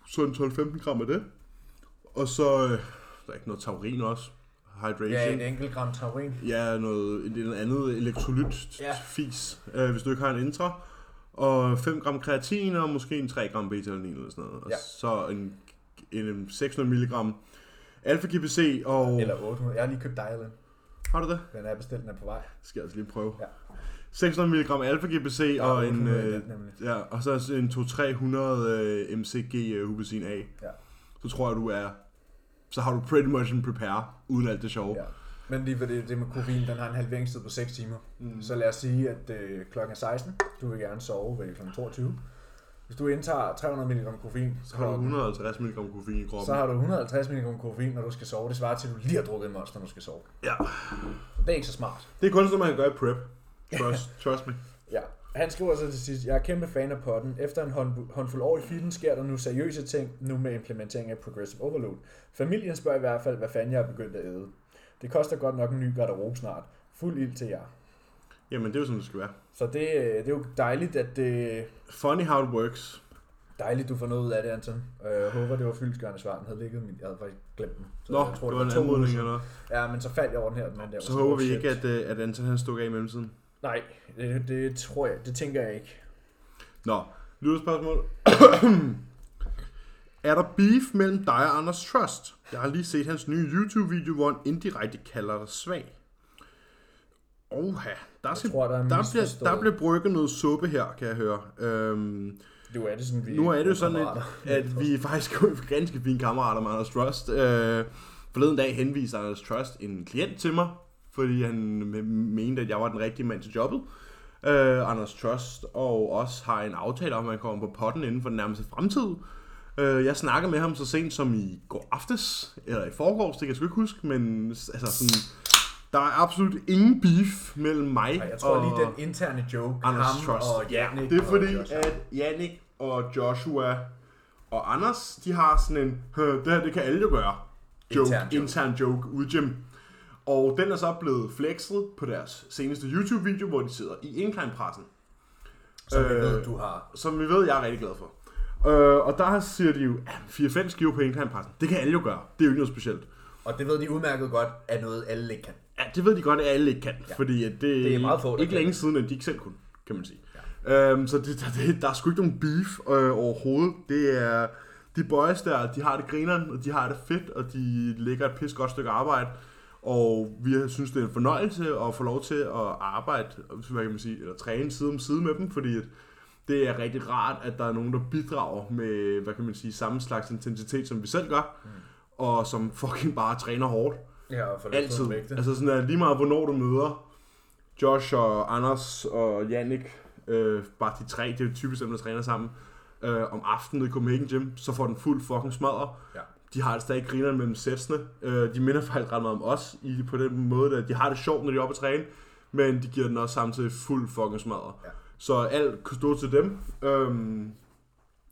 Så en 12-15 gram af det. Og så, øh, der er ikke noget taurin også. Hydration. Ja, en enkelt gram taurin. Ja, noget, et eller andet elektrolyt Ja. fis, øh, hvis du ikke har en intra. Og 5 gram kreatin og måske en 3 gram beta-alanin eller sådan noget. Og Ja. så en, en 600 mg alfa-GBC og... Eller 800. Jeg har lige købt Dialin. Har du det? Den er bestilt, den er på vej. Skal jeg altså lige prøve. Ja. 600 mg alfa-GBC Der er og en... 800 i Øh, den nemlig. ja, og så en 200-300 øh, MCG øh, hubesin A. Ja. Så tror jeg, du er... Så har du pretty much en prepare, uden alt det sjove. Ja. Men lige ved det, det med koffein, den har en halveringstid på 6 timer. Mm. Så lad os sige, at øh, klokken er 16. Du vil gerne sove ved kl. 22. Hvis du indtager 300 mg koffein, Så har du 150 mg koffein i kroppen. så har du 150 mg koffein, når du skal sove. Det svarer til, at du lige har drukket en monster, når du skal sove. Ja. Det er ikke så smart. Det er kun sådan, noget, man kan gøre i prep. Trust, trust me. Ja. Han skriver så til sidst, jeg er kæmpe fan af potten. Efter en hånd, håndfuld år i filmen sker der nu seriøse ting, nu med implementering af Progressive Overload. Familien spørger i hvert fald, hvad fanden jeg er begyndt at æde. Det koster godt nok en ny garderobe snart. Fuld ild til jer. Jamen, det er jo sådan, det skal være. Så det, øh, det er jo dejligt, at det, Funny how it works. dejligt, du får noget ud af det, Anton. Øh, Jeg håber, det var fyldskørende svar. Den havde ligget, men jeg havde faktisk glemt den. Så Nå, jeg det var en to anmodning uger eller noget. siden. Ja, men så faldt jeg over den her. Den der Så håber vi ikke, at, øh, at Anton han stukker af i mellemtiden. Nej, det, det tror jeg, det tænker jeg ikke. Nå, lytterspørgsmål. er der beef mellem dig og Anders Trust? Jeg har lige set hans nye YouTube-video, hvor han indirekte kalder dig svag. Oha, der, skal, tror, der er der, bliver, misforstået. der bliver brygget noget suppe her, kan jeg høre. Øhm, Nu er det sådan, vi Nu er det jo sådan, at, kammerater. at vi er faktisk er ganske fine kammerater med Anders Trust. Øh, forleden dag henviste Anders Trust en klient til mig, fordi han m- mente, at jeg var den rigtige mand til jobbet. Øh, Anders Trust og os har en aftale om, at han kommer på potten inden for den nærmeste fremtid. Øh, jeg snakkede med ham så sent som i går aftes, eller i forgårs, det kan jeg sgu ikke huske, men s- altså sådan, der er absolut ingen beef mellem mig Nej, jeg tror og... lige den interne joke, Anders ham Trust. og Jannik. Det er fordi, og Joshua. at Jannik og Joshua og Anders, de har sådan en, "Hø, det her, det kan alle jo gøre. Joke, intern Intern joke, joke. intern joke ud gym. Og den er så blevet flexet på deres seneste YouTube-video, hvor de sidder i indkleinpressen. Så vi øh, ved, du har... Som vi ved, jeg er rigtig glad for. Øh, og der siger de jo, at 4-5 skiver på indkleinpressen, det kan alle jo gøre. Det er jo ikke noget specielt. Og det ved de udmærket godt, er noget, alle ikke kan. Ja, det ved de godt, at alle ikke kan, ja. fordi at det, Det er meget få, der ikke kan. længe siden, at de ikke selv kunne, kan man sige. Ja. Øhm, så det, der, det, der er sgu ikke nogen beef øh, overhovedet. Det er de boys der, de har det grineren, og de har det fedt, og de lægger et pis godt stykke arbejde. Og vi har- synes, det er en fornøjelse at få lov til at arbejde, hvad kan man sige, eller træne side om side med dem, fordi at det er rigtig rart, at der er nogen, der bidrager med, hvad kan man sige, samme slags intensitet, som vi selv gør, mm. og som fucking bare træner hårdt. Ja, og for lidt Altid. på vægte. Altså sådan der, lige meget hvornår du møder Josh og Anders og Jannik, øh, bare de tre, det er jo typisk dem, der træner sammen, øh, om aftenen i Copenhagen Gym, så får den fuld fucking smadre. Ja. De har det stadig grineren mellem sætsene. Øh, de minder faktisk ret meget om os i, på den måde, at de har det sjovt, når de er oppe at træne, men de giver den også samtidig fuld fucking smadre. Ja. Så alt kunne stå til dem. Øhm,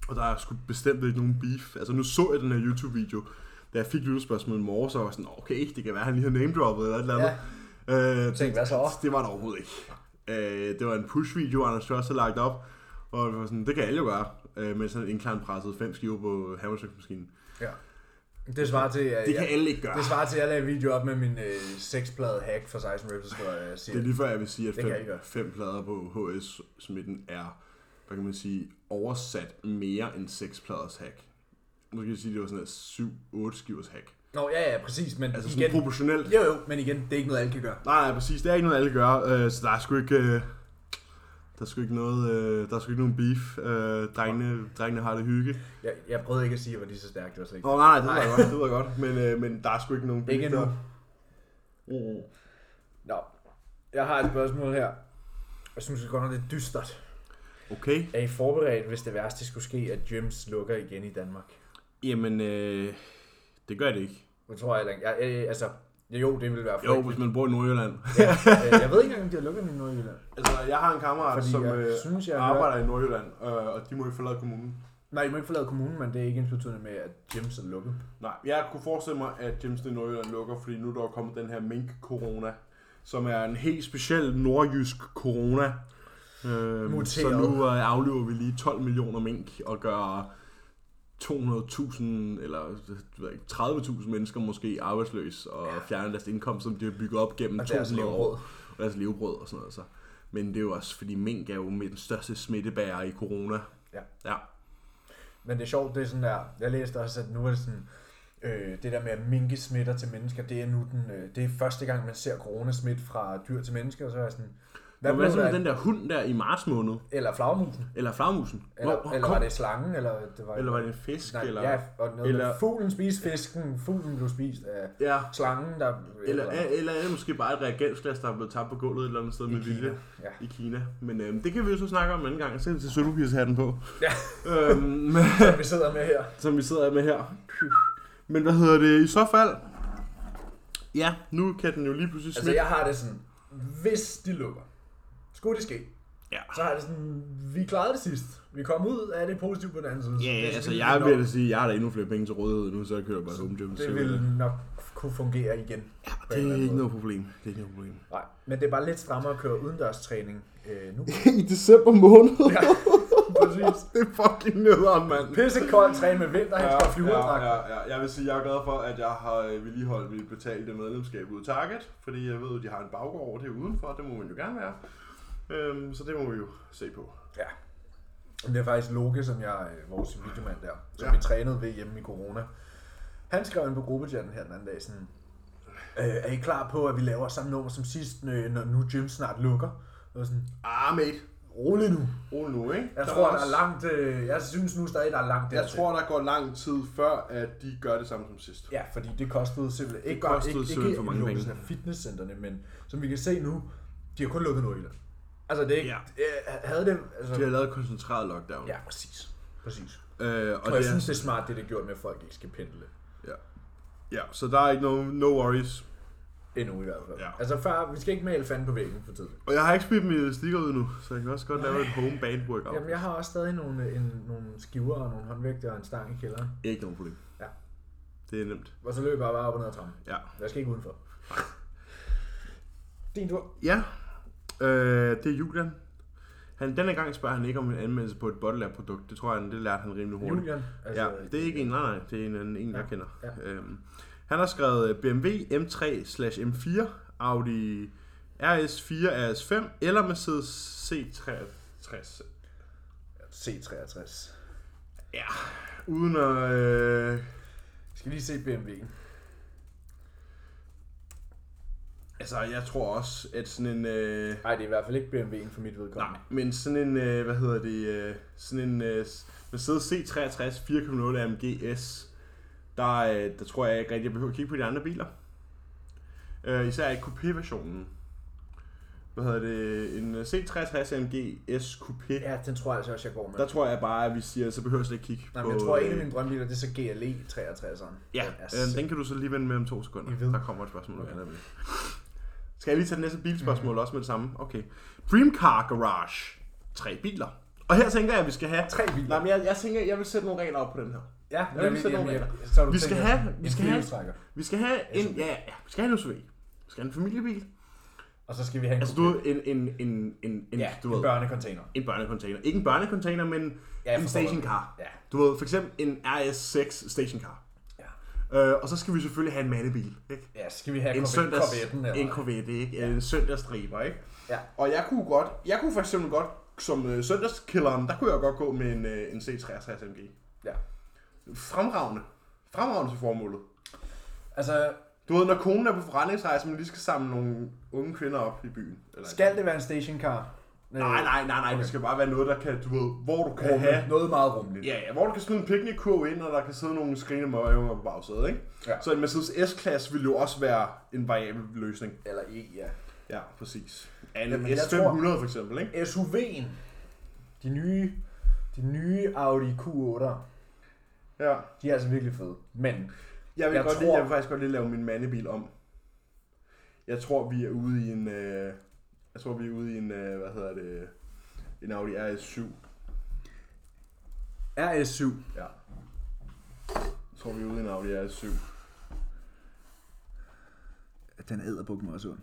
og der er sgu bestemt ikke nogen beef. Altså nu så jeg den her YouTube-video, da jeg fik lytterspørgsmålet i morges, så var jeg sådan, okay, det kan være, han lige har name-droppet eller et eller andet. Ja. Øh, Tænk, hvad så? det var det overhovedet ikke. Øh, det var en push-video, Anders Tørs havde lagt op, og det, var sådan, det kan alle jo gøre, øh, med sådan en klan presset fem skiver på hammerstøksmaskinen. Ja. Det svarer til, at Det kan jeg, alle ikke gøre. det svarer til, at jeg lavede en video op med min øh, sexplade hack for 16 reps, hvor jeg Det er siger, lige før, jeg vil sige, at Det kan jeg fem, ikke gøre. fem plader på HS-smitten er, hvad kan man sige, oversat mere end seks pladers hack. Måske kan jeg sige, at det var sådan et 7-8 skivers hack. Nå, ja, ja, præcis, men Altså altså, sådan igen, proportionelt. jo, jo, men igen, det er ikke noget, alle kan gøre. Nej, nej, præcis. Det er ikke noget, alle gør, øh, så der er sgu ikke... Øh, der er sgu ikke noget, øh, der er sgu ikke nogen beef. Øh, drengene, drengene har det hygge. Jeg, jeg prøvede ikke at sige, at jeg var lige så stærk, det var slet ikke. Nå, nej, nej, det ved jeg godt, det ved jeg godt. Men, øh, men der er sgu ikke nogen beef Ikke endnu. der. Uh. Nå, jeg har et spørgsmål her. Jeg synes det godt nok, det er dystert. Okay. Er I forberedt, hvis det værste skulle ske, at gyms lukker igen i Danmark? Jamen, øh, det gør det ikke. Det tror jeg heller ikke. Jeg, øh, altså, jo, det ville være Jo, frygteligt. hvis man bor i Nordjylland. Ja, øh, jeg ved ikke engang, om de har lukket den i Nordjylland. Altså, jeg har en kammerat, Fordi som jeg øh, synes, jeg har arbejder i Nordjylland, øh, og de må jo forlade kommunen. Nej, I må ikke forlade kommunen, men det er ikke ens betydende med, at gyms er lukket. Nej, jeg kunne forestille mig, at James i Nordjylland lukker, fordi nu er der jo kommet den her mink-corona, som er en helt speciel nordjysk corona. Øh, så Muteret. nu øh, aflever vi lige 12 millioner mink og gør 200.000 eller det ved jeg ikke, 30.000 mennesker måske arbejdsløse og ja. fjerner deres indkomst, som de har bygget op gennem Og deres 200 levebrød. år. Og deres levebrød og sådan noget. Så. Men det er jo også, fordi mink er jo med den største smittebærer i corona. Ja. ja. Men det er sjovt, det er sådan der, jeg læste også, at nu er det sådan, øh, det der med at minke smitter til mennesker, det er nu den, øh, det er første gang, man ser coronasmit fra dyr til mennesker, og så er jeg sådan, hvad Hvad, blev hvad så der, med den den der? der hund der i marts måned? eller flagermusen, Eller flagmusen? eller, Hvor- hvor eller kom- var det slangen, eller det var, Eller var det en fisk? nej, eller, ja, og noget eller, eller- med, fuglen spiste fisken, fuglen blev spist af ja. slangen, der, Eller, eller er det måske bare et reagensglas, der er blevet tabt på gulvet et eller andet sted i med Kina. vilje Ja. i Kina. Men øhm, det kan vi jo så snakke om en anden gang. Sæt til sølvpapirshatten på. Ja. øhm, men, Som vi sidder med her. som vi sidder med her. Men hvad hedder det i så fald? Ja, nu kan den jo lige pludselig Altså, smitte. jeg har det sådan, hvis de lukker, skulle det ske, Ja. så har det sådan, vi klarede det sidst. Vi kom ud af det positivt på den anden side. Ja, Det er ja, sådan, altså vi jeg nok- vil da sige, at jeg har da endnu flere penge til rådighed nu, så jeg kører bare home gym. Det ville nok kunne fungere igen. på en det eller er anden ikke måde. noget problem. Det er ikke noget problem. Nej, men det er bare lidt strammere at køre udendørs træning øh, nu. I december måned? Ja, præcis. det er fucking nederen, mand. Pissekoldt træne med vinter, han skal flyve ja, ja, ja. ja, ja. Jeg vil sige, jeg er glad for, at jeg har øh, vedligeholdt mit betalte medlemskab ud af Target, fordi jeg ved, at de har en baggård det udenfor, det må man jo gerne være. Øhm, så det må vi jo se på. ja. Det er faktisk Loke, som jeg, øh, vores videomand der, som Ja. ja. vi trænede ved hjemme i corona. Han skrev ind på gruppechatten her den anden dag sådan, øh, er I klar på, at vi laver samme nummer som sidst, øh, når nu gym snart lukker? Og sådan, Ah, mate. rolig nu. Rolig nu, ikke? Jeg Der tror, er der også- er langt, øh, jeg synes nu stadig, der er langt Jeg dertil. tror, der går lang tid før, at de gør det samme som sidst. Ja, fordi det kostede simpelthen ikke, kostede ikke, simpelthen ikke for mange lukkelsen af fitnesscenterne, men som vi kan se nu, de har kun lukket Nordjylland. Altså det er ikke, ja. havde det, altså, De har lavet koncentreret lockdown. ja, præcis, præcis. Øh, og Og, det jeg er- synes, det er smart, det det er gjort med, at folk ikke skal pendle. ja. ja, så der er ikke no, no worries. Endnu i hvert fald. Ja. Altså før, vi skal ikke male fanden på væggen for tidligt. Og jeg har ikke spidt mit stikker ud nu, så jeg kan også godt lave et home band workout. Jamen, jeg har også stadig nogle, øh, en, nogle skiver og nogle håndvægte og en stang i kælderen. Ikke nogen problem. Ja. Det er nemt. Og så løber jeg bare op og ned ad trappen. Ja. Jeg skal ikke udenfor. Din tur. Ja, øh, det er Julian. Han, denne gang spørger han ikke om en anmeldelse på et Bottlab-produkt. Det tror jeg, det lærte han rimelig hurtigt. Julian. øh, Altså, ja, det er ikke en, nej, nej, det er en, en, en jeg Ja, kender. ja. Øhm, han har skrevet øh, BMW M3 slash M4, Audi RS4, RS5 eller Mercedes C63. C63. Ja, uden at... Øh, Jeg skal lige se BMW'en. altså, jeg tror også, at sådan en... Øh, Nej, det er i hvert fald ikke BMW'en for mit vedkommende. Nej, men sådan en, øh, hvad hedder det, øh, sådan en øh, Mercedes C63 4.0 AMG S, der, øh, der tror jeg ikke rigtig, jeg behøver at kigge på de andre biler. Øh, især i coupé-versionen. Hvad hedder det? En øh, C63 AMG S Coupé. Ja. Ja, den tror jeg altså også, jeg går med. Der tror jeg bare, at vi siger, så behøver jeg slet ikke kigge Nej, på... men jeg tror, at en af øh, mine drømmebiler, det er så GLE 63'eren. Ja, Den er øh, den kan du så lige vende med om to sekunder. Jeg ved. Der kommer et spørgsmål, okay. med. Skal jeg lige tage det næste bilspørgsmål Mm. også med det samme? Okay. Dream Car Garage. Tre biler. Og her tænker jeg, at vi skal have... Tre biler. Nej, men jeg, jeg tænker, jeg vil sætte nogle regler op på den her. Ja, Jeg vil sætte nogle regler. så har du Vi skal tænkt, have- at vi en skal have- firehjulstrækker. Vi skal have en... Ja, ja, vi skal have en SUV. Vi skal have en familiebil. Og så skal vi have en, Altså, du ved, en... en, en, en, en ja, du ved, en børnecontainer. en børnecontainer. Ikke en børnecontainer, men Ja, jeg en forstår stationcar. Ja. Du ved, for eksempel en RS6 stationcar. Ja. Øh, og så skal vi selvfølgelig have en mandebil. Ikke? Ja, så skal vi have en Corvette- søndags, Corvetten, en Corvette, ikke? Ja. En søndagsdriver, ikke? Ja. Og jeg kunne godt, jeg kunne for eksempel godt, som øh, søndagskilleren, der kunne jeg godt gå med en, øh, en C63 AMG. ja. Fremragende. Fremragende til formålet. Altså, Du ved, når konen er på forretningsrejse, man lige skal samle nogle unge kvinder op i byen. Eller skal det være en stationcar? Nej, nej, nej, nej. Okay. Det skal bare være noget, der kan, du ved, hvor du kan Rummeligt. have... Noget meget rummeligt. Ja, ja, hvor du kan smide en picnickurv ind, og der kan sidde nogle skrigende møgeunger på bagsædet, ikke? Ja. Så en Mercedes S-klasse ville jo også være en variabel løsning. Eller E, ja. Ja, præcis. Ja, en Jamen, jeg S500 tror... for eksempel, ikke? SUV'en. De nye, de nye Audi Q8'er. Ja. De er altså virkelig fede. Men Jeg vil, Jeg jeg, godt tror... tror- lige, jeg vil faktisk godt lige lave min mandebil om. Jeg tror, vi er ude i en... Øh, jeg tror, vi er ude i en... Øh, hvad hedder det? En Audi RS7. RS7. Ja. Jeg tror, vi er ude i en Audi RS7. Den æder bukken mig også ud.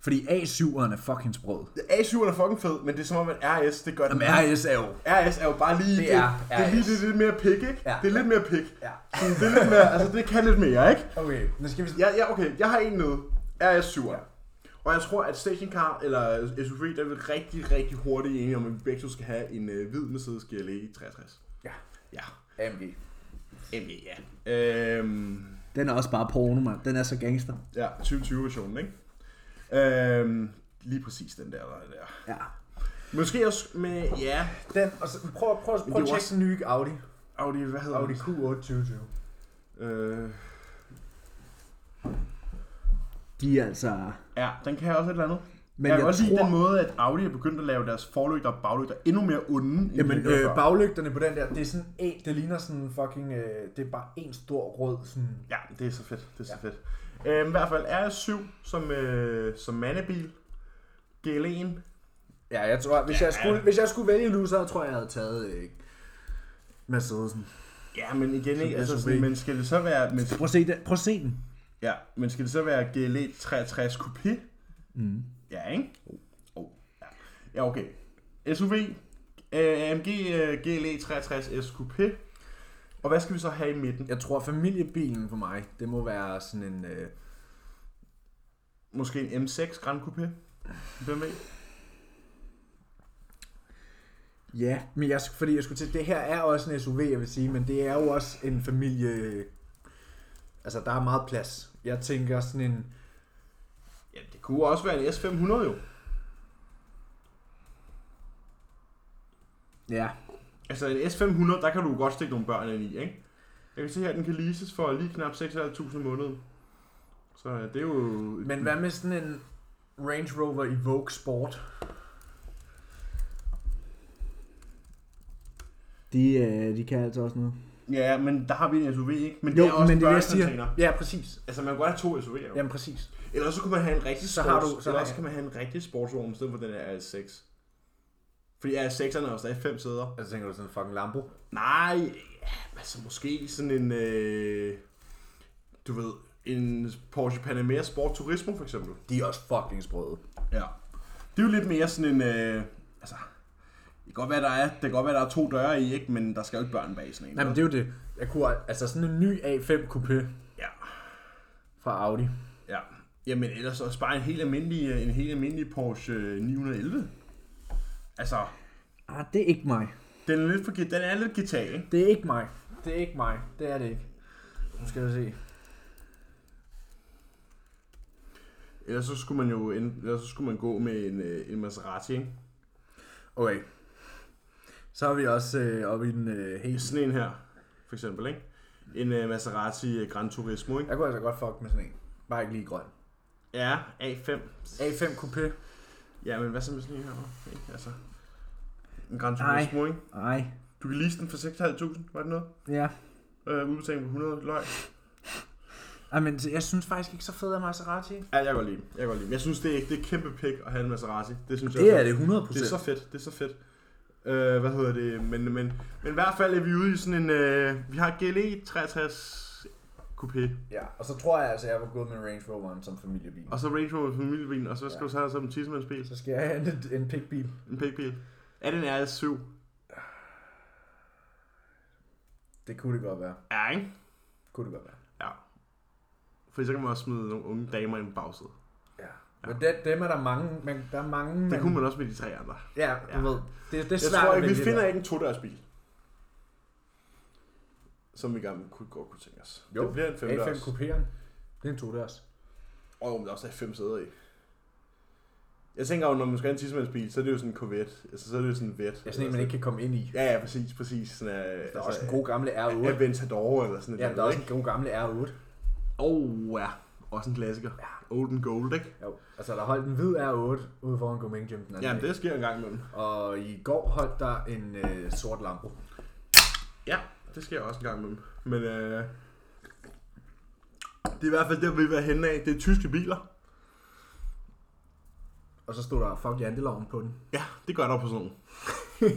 Fordi A7'eren er fucking sprød. A7 er fucking fed, men det er som om, at RS, det gør den. Jamen RS er jo... RS er jo bare lige... Det er det, det er lige RS. det, lidt mere pik, ikke? Ja. Det er lidt mere pik. Ja. Sådan, Det er lidt mere... altså, det kan lidt mere, ikke? Okay, nu skal vi... Ja, ja, okay. Jeg har en nede. RS7. Ja. Og jeg tror, at stationcar eller SUV, der er vi rigtig, rigtig hurtigt enige om, at vi begge to skal have en øh, hvid Mercedes GLE 63. Ja. Ja. AMG. MG, ja. Øhm, Den er også bare porno, mand. Den er så gangster. ja, 2020-versionen, ikke? Øhm, lige præcis den der, der, er der. Ja. Måske også med, ja, Den, og så, prøv, prøv, prøv, det er at jo tjekke også- den nye Audi. Audi, hvad hedder Audi Audi. Q8 2020. Øh, De er altså... ja, den kan også et eller andet. Men jeg kan jeg også lide tror- den måde, at Audi er begyndt at lave deres forlygter og baglygter endnu mere onde. end Jamen, de gjorde før. øh, baglygterne på den der, det er sådan en, det ligner sådan fucking, øh, det er bare en stor rød, sådan, Ja, det er så fedt. Det er ja. så fedt. Øhm, I hvert fald RS7 som, øh, som mandebil. E. GL'en. ja, jeg tror, hvis, ja. jeg skulle, hvis jeg skulle vælge nu, så tror jeg, jeg havde taget øh, Mercedesen. Ja, men igen ikke. Altså, SUV. sådan, men skal det så være... Men, Prøv at se, den. Prøv at se den. ja, men skal det så være GLE 63 Coupé? Mm. Ja, ikke? Oh. Oh. Ja. ja, okay. SUV. Øh, AMG øh, GLE 63 S Coupé. Og hvad skal vi så have i midten? Jeg tror, familiebilen for mig, det må være sådan en, øh, Måske en M6 Grand Coupé? Hvem ved? ja, men jeg, sk- fordi jeg skulle til, det her er også en SUV, jeg vil sige, men det er jo også en familie, altså der er meget plads. Jeg tænker sådan en, Ja, det kunne også være en S500 jo. ja, Altså en S500, der kan du jo godt stikke nogle børn ind i, ikke? Jeg kan se her, den kan leases for lige knap 6.500 om måneden. Så øh, det er jo... men hvad med sådan en Range Rover Evoque Sport? De, øh, de kan altså også noget. Ja, men der har vi en SUV, ikke? Men Jo, det er også men men det er det, jeg børnecontainer. siger. Ja, præcis. Altså man kan godt have to SUV'er jo. Jamen præcis. Ellers så kunne man have en rigtig Så sports, har du- så så har ellers jeg- kan man have en rigtig sportsvogn i stedet for den her RS6. Fordi RS6'erne er jo stadig fem sæder. Altså tænker du sådan en fucking Lambo? Nej, ja, altså måske sådan en... Øh, du ved, en Porsche Panamera Sport Turismo for eksempel. De er også fucking sprøde. Ja. Det er jo lidt mere sådan en... Øh, altså, det kan godt være, der er, det kan godt være, der er to døre i, ikke? men der skal jo ikke børn bag sådan en. Nej, men det er jo det. Jeg kunne, altså sådan en ny A5 Coupé Ja, fra Audi. ja. Jamen ellers også bare en helt almindelig, øh, en helt almindelig Porsche øh, 911. Altså, Ah, det er ikke mig. den er lidt, for, den er lidt guitar, ikke? Det er ikke mig. Det er ikke mig. Det er det ikke. Nu skal vi se. Ellers så skulle man jo ende, ellers så skulle man gå med en, øh, en Maserati, ikke? Okay. Så er vi også øh, oppe i den øh, helt... Sådan en her, for eksempel, ikke? En øh, Maserati øh, Gran Turismo, ikke? Jeg kunne altså godt fuck med sådan en. Bare ikke lige grøn. Ja, A5. A5 Coupé. Ja, men hvad så med sådan en her? Ikke? Altså, en Gran Nej. Turismo, ikke? Ej, Du kan lease den for 6.500, var det noget? ja. Øh, udbetaling på 100 løg. Ej, men jeg synes faktisk ikke så fed af Maserati. Ja, jeg kan godt lide dem. Jeg kan godt lide dem. Jeg synes, det er, det er kæmpe pik at have en Maserati. Det synes jeg Det også. er det 100 Det er så fedt, det er så fedt. Øh, hvad hedder det? Men, men, men i hvert fald er vi ude i sådan en... Øh, vi har GLE 63 Coupé, Ja, og så tror jeg altså, at jeg var gået med en Range Rover som familiebil. og så Range Rover familiebilen, og så hvad skal Ja. ja. du så have som en tidsmandsbil? Så skal jeg have en, en pikbil. En pikbil. Er det en RS7? Det kunne det godt være. Ja, ikke? Kunne det godt være. Ja. For så kan man også smide nogle unge damer ind i bagsædet. Ja. Men det, dem er der mange, men der er mange... Det kunne man også med de tre andre. Ja, du Ja. ved. Det, det er Jeg svært tror at ikke, vi vælge finder der. ikke en todørsbil. Som vi gerne kunne, godt kunne tænke os. Jo, det bliver en A5 femdørs. Coupé'en. Det er en todørs. Og om der også er fem sæder i. Jeg tænker jo, når man skal have en tidsmandsbil, så er det jo sådan en Corvette. Altså, så er det jo sådan en Vet. Det er sådan en, man ikke kan komme ind i. Ja, ja, præcis, præcis. Sådan, uh, Der er også en god gamle R8. Aventador eller sådan Ja, noget. der er også en god gamle R8. Oh, ja. Også en klassiker. Ja. Old and gold, ikke? Jo, altså der holdt en hvid R8 ude foran Gomeng Gym den anden Jamen, dag. det sker en gang imellem. Og i går holdt der en øh, sort Lambo. Ja, det sker også en gang imellem. Men øh, det er i hvert fald der, vi vil være henne af. Det er tyske biler. Og så stod der fuck janteloven på den. Ja, det gør der på sådan nogle.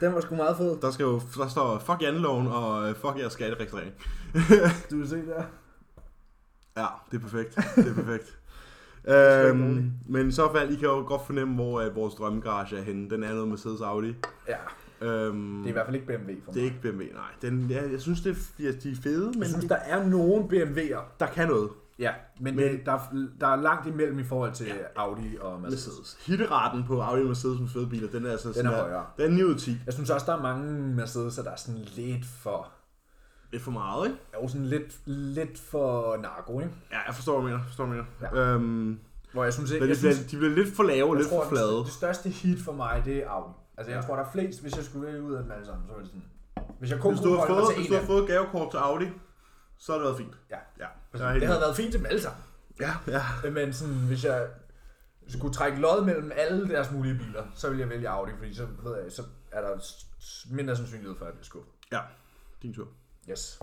Den var sgu meget fed. Der, skal jo, der står fuck janteloven og øh, fuck jeres skatteregistrering. Du vil se der. Ja, det er perfekt. Det er perfekt. er ikke øhm, dårligt. men i så fald, I kan jo godt fornemme, hvor at vores drømmegarage er henne. Den er noget Mercedes Audi. Ja, Øhm, det er i hvert fald ikke BMW for mig. det er ikke BMW, nej. Den, ja, jeg synes, det er, ja, de er fede, men Jeg synes, det, der er nogen BMW'er. der kan noget. Ja, men, men det, der, er- der er langt imellem i forhold til ja. Audi og Mercedes. Mercedes. Hitteraten på Audi og Mercedes som fede biler, den er altså sådan er der- højere. Den er 9 ud af 10. Jeg synes også, der er mange Mercedes'er, der er sådan lidt for... Det er for meget, ikke? Jo, sådan lidt, lidt for narko, ikke? Ja, jeg forstår, hvad du mener. Forstår, hvad du mener. Ja. Ja. Øhm, Hvor jeg synes men ikke... de, Jeg synes, bliver, de bliver lidt for lave og jeg lidt tror, for flade. Det, det største hit for mig, det er Audi. Altså, jeg Ja. tror, der er flest, hvis jeg skulle vælge ud af dem alle sammen, så ville det sådan... Hvis jeg kun Hvis du kunne har holde fået, mig hvis til du en af har dem. fået gavekort til Audi, så har det været fint. Ja. Ja, Altså, jeg er helt Det havde været fint til dem alle sammen. Øh, ja, ja. Men sådan, hvis jeg skulle trække lod mellem alle deres mulige biler, så ville jeg vælge Audi, fordi så, ved jeg, så er der s- s- mindre sandsynlighed for, at jeg bliver skuffet. Ja, din tur. Yes.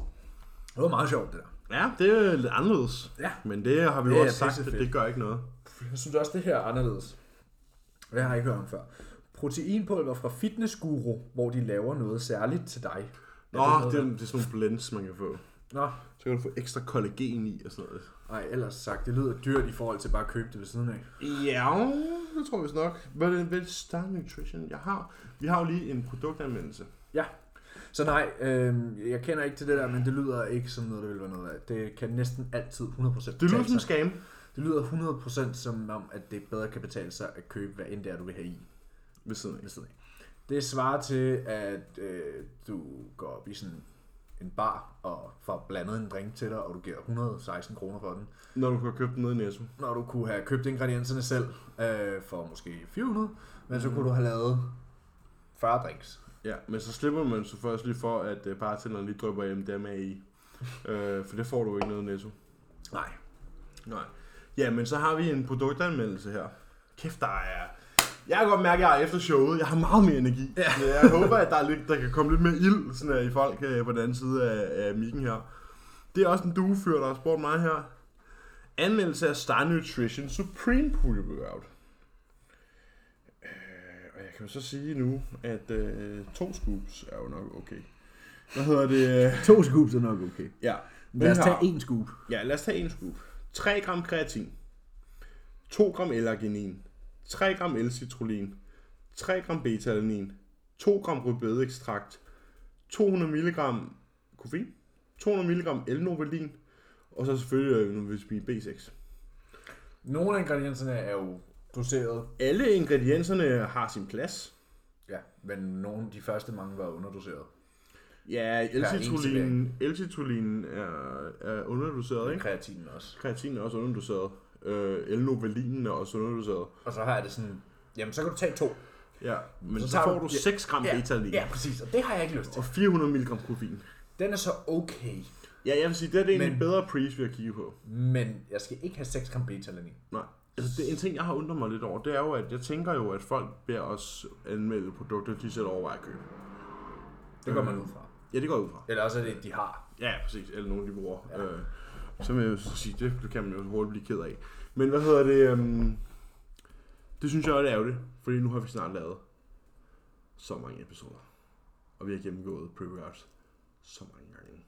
Det var meget sjovt, det der. Ja, det er lidt anderledes. Ja. Men det har vi Det jo er også sagt, at pissefedt. det gør ikke noget. Jeg synes også, det her er anderledes. Jeg har ikke hørt om før. Proteinpulver fra Fitness Guru, hvor de laver noget særligt til dig. Nå, Er det, noget, det, er, der- det er sådan nogle blends, man kan få. Nå, Så kan du få ekstra kollagen i og sådan noget. ej, ellers sagt, det lyder dyrt i forhold til bare at købe det ved siden af. Ja, det tror jeg vist nok. Hvad er det Star Nutrition? Jeg har, vi har jo lige en produktanvendelse. Så nej, øh, jeg kender ikke til det der, men det lyder ikke som noget, der vil være noget af. Det kan næsten altid 100% Det lyder betale som en sig. scam. det lyder 100% som om, at det bedre kan betale sig at købe, hvad end det er, du vil have i. Ved siden af. ved siden af. Det svarer til, at øh, du går op i sådan en bar og får blandet en drink til dig, og du giver 116 kroner for den. Når du kan købe den nede i Netto. Når du kunne have købt ingredienserne selv øh, for måske 400, men Mm. så kunne du have lavet 40 drinks. Ja, men så slipper man så først lige for, at øh, bartenderen lige drypper MDMA i. øh, for det får du jo ikke nede i Netto. Nej. Nej. Ja, men så har vi en produktanmeldelse her. Kæft, der er... Jeg kan godt mærke, at jeg er efter showet. Jeg har meget mere energi. Ja. Jeg håber, at der, er lidt, der kan komme lidt mere ild sådan her, i folk øh, på den anden side af, af mikken her. Det er også en duefyr, der har spurgt mig her. Anmeldelse af Star Nutrition Supreme Pull Workout. Øh, og jeg kan jo så sige nu, at øh, to scoops er jo nok okay. Hvad hedder det? Øh, To scoops er nok okay. Ja. Lad os Den tage her- en scoop. Ja, lad os tage en scoop. 3 gram kreatin, 2 gram L-arginin, 3 gram L-citrullin, 3 gram beta-alanin, 2 gram rødbedeekstrakt, 200 mg koffein, 200 mg L-novalin, og så selvfølgelig øh, noget vitamin B6. Nogle af ingredienserne er jo doseret, Alle ingredienserne har sin plads. ja, men nogle af de første mange var underdoseret. Ja, servering. L-citrullin, L-citrullin er, er underdoseret, ikke? Kreatinen også. Kreatinen er også underdoseret. Øh, L-novalinen er også underdoseret. Og så har jeg det sådan, jamen så kan du tage to. Ja, men Så så, tager får du- du 6 gram Ja, beta-alanin. ja, præcis, og det har jeg ikke lyst til. og 400 mg koffein. Den er så okay. Ja, jeg vil sige, det er det egentlig Men- en bedre priest, vi har kigget på. Men jeg skal ikke have 6 gram beta-alanin. Nej. Altså, det, en ting, jeg har undret mig lidt over, det er jo, at jeg tænker jo, at folk beder os anmelde produkter, de selv overvejer at købe. Det går man Øh. ud fra. Ja, det går jeg ud fra. Eller også er det, de har. Ja, præcis. Eller nogen, de bruger. Ja. Ja. Øh, så vil jeg jo så sige, det, det kan man jo hurtigt blive ked af. Men hvad hedder det? Øhm, det synes jeg også er ærgerligt, fordi nu har vi snart lavet så mange episoder. Og vi har gennemgået pre-workouts så mange gange.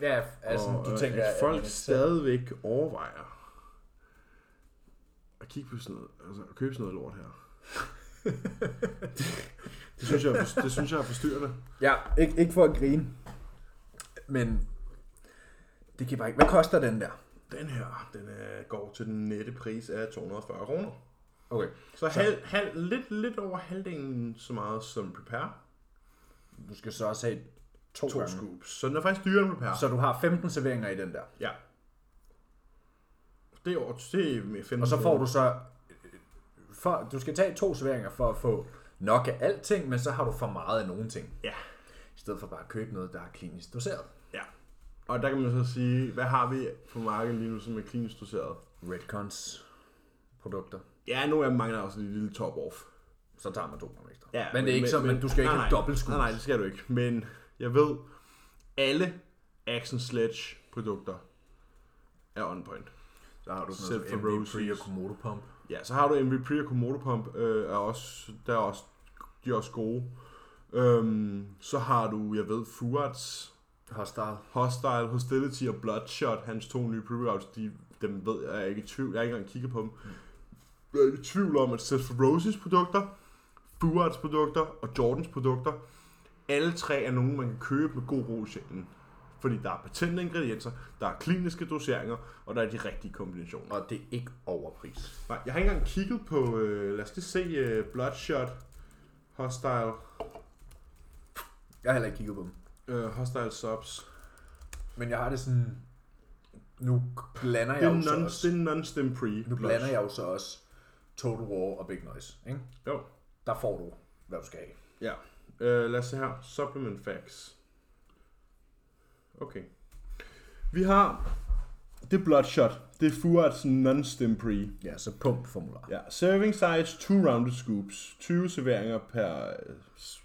Ja, altså, og, du øh, tænker... at folk man at selv- stadigvæk overvejer at kigge på sådan noget, altså at købe sådan noget lort her. det, det, synes jeg, er for- det synes jeg er forstyrrende. Ja, Ikke, ikke for at grine. men... Det kan bare ikke... Hvad koster den der? Den her, den er, går til den nette pris af 240 kroner. Okay. Så, halv, halv, lidt, lidt over halvdelen så meget som Prepare. Du skal så også have to, To to scoops. Så den er faktisk dyrere end Prepare. Så. Så du har 15 serveringer i den der. Ja. Det er over til med 15 Og så får du så... For, du skal tage to serveringer for at få nok af alting, men så har du for meget af nogen ting. Ja. I stedet for bare at købe noget, der er klinisk doseret. ja. Og der kan man så sige, hvad har vi på markedet lige nu, som er klinisk doseret? Redcons produkter. Ja, nu er mangler også en lille top-off. Så tager man to gram ekstra. men det er ikke så, men, men- du skal ikke nej, have nej. dobbelt skud. Nej, nej, det skal du ikke. Men jeg ved, alle Action Sledge produkter er on point. Så har du Selv sådan for noget som MVP Roses. og Komodo Pump. Ja, så har du MVP og Komodo Pump, øh, er også, der er også, de er også gode. Øhm, så har du, jeg ved, Fuats, Hostile. Hostile, Hostility og Bloodshot, hans to nye pre-workouts, de, dem ved jeg jeg er ikke i tvivl, jeg har ikke engang kigget på dem. Mm. Jeg er ikke i tvivl om, at Seth Roses produkter, Fuats produkter og Jordans produkter, alle tre er nogen, man kan købe med god ro i sjælen. Fordi der er patente ingredienser, der er kliniske doseringer, og der er de rigtige kombinationer. Og det er ikke overpris. Nej, jeg har ikke engang kigget på, øh, lad os lige se, øh, Bloodshot, Hostile, Jeg har heller ikke kigget på dem. øh, Hostile Subs. Men jeg har det sådan... Nu blander Det jeg er jo så non, også... det er non-stem pre. Nu blander jeg jo så også Total War og Big Noise. Ikke? Jo, Der får du, hvad du skal have. ja. Øh, lad os se her, Supplement Facts. Okay. Vi har, det er Bloodshot, det er Fuats non-stem pre. Ja, så pump formular. Ja, serving size, two rounded scoops, 20 serveringer per... øh, s-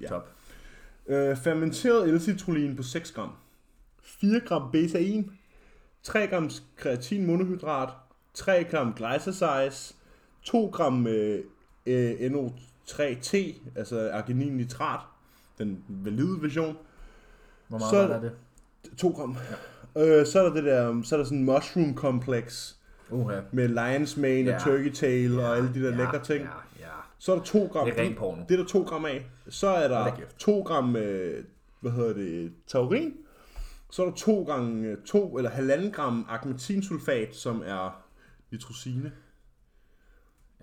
Ja. Top. Øh, fermenteret L-citrullin på 6 gram, 4 gram betain, 3 gram kreatin monohydrat, 3 gram glycosize, 2 gram øh, øh, NO3T, altså arginin nitrat, den valide version, Hvor meget Så- var der det? 2 gram. Ja. Øh, så er der det der, så er der sådan en mushroom complex Uha. med lion's mane ja. Ja. og turkey tail ja. og alle de der ja. lækre ting. Ja, ja. Så er der 2 gram. Det er ren porno. Det er der 2 gram af. Så er Hold der da kæft. 2 gram, øh, hvad hedder det, taurin. Så er der 2 gange 2 eller 1,5 gram agmetinsulfat, som er nitrosine. Jeg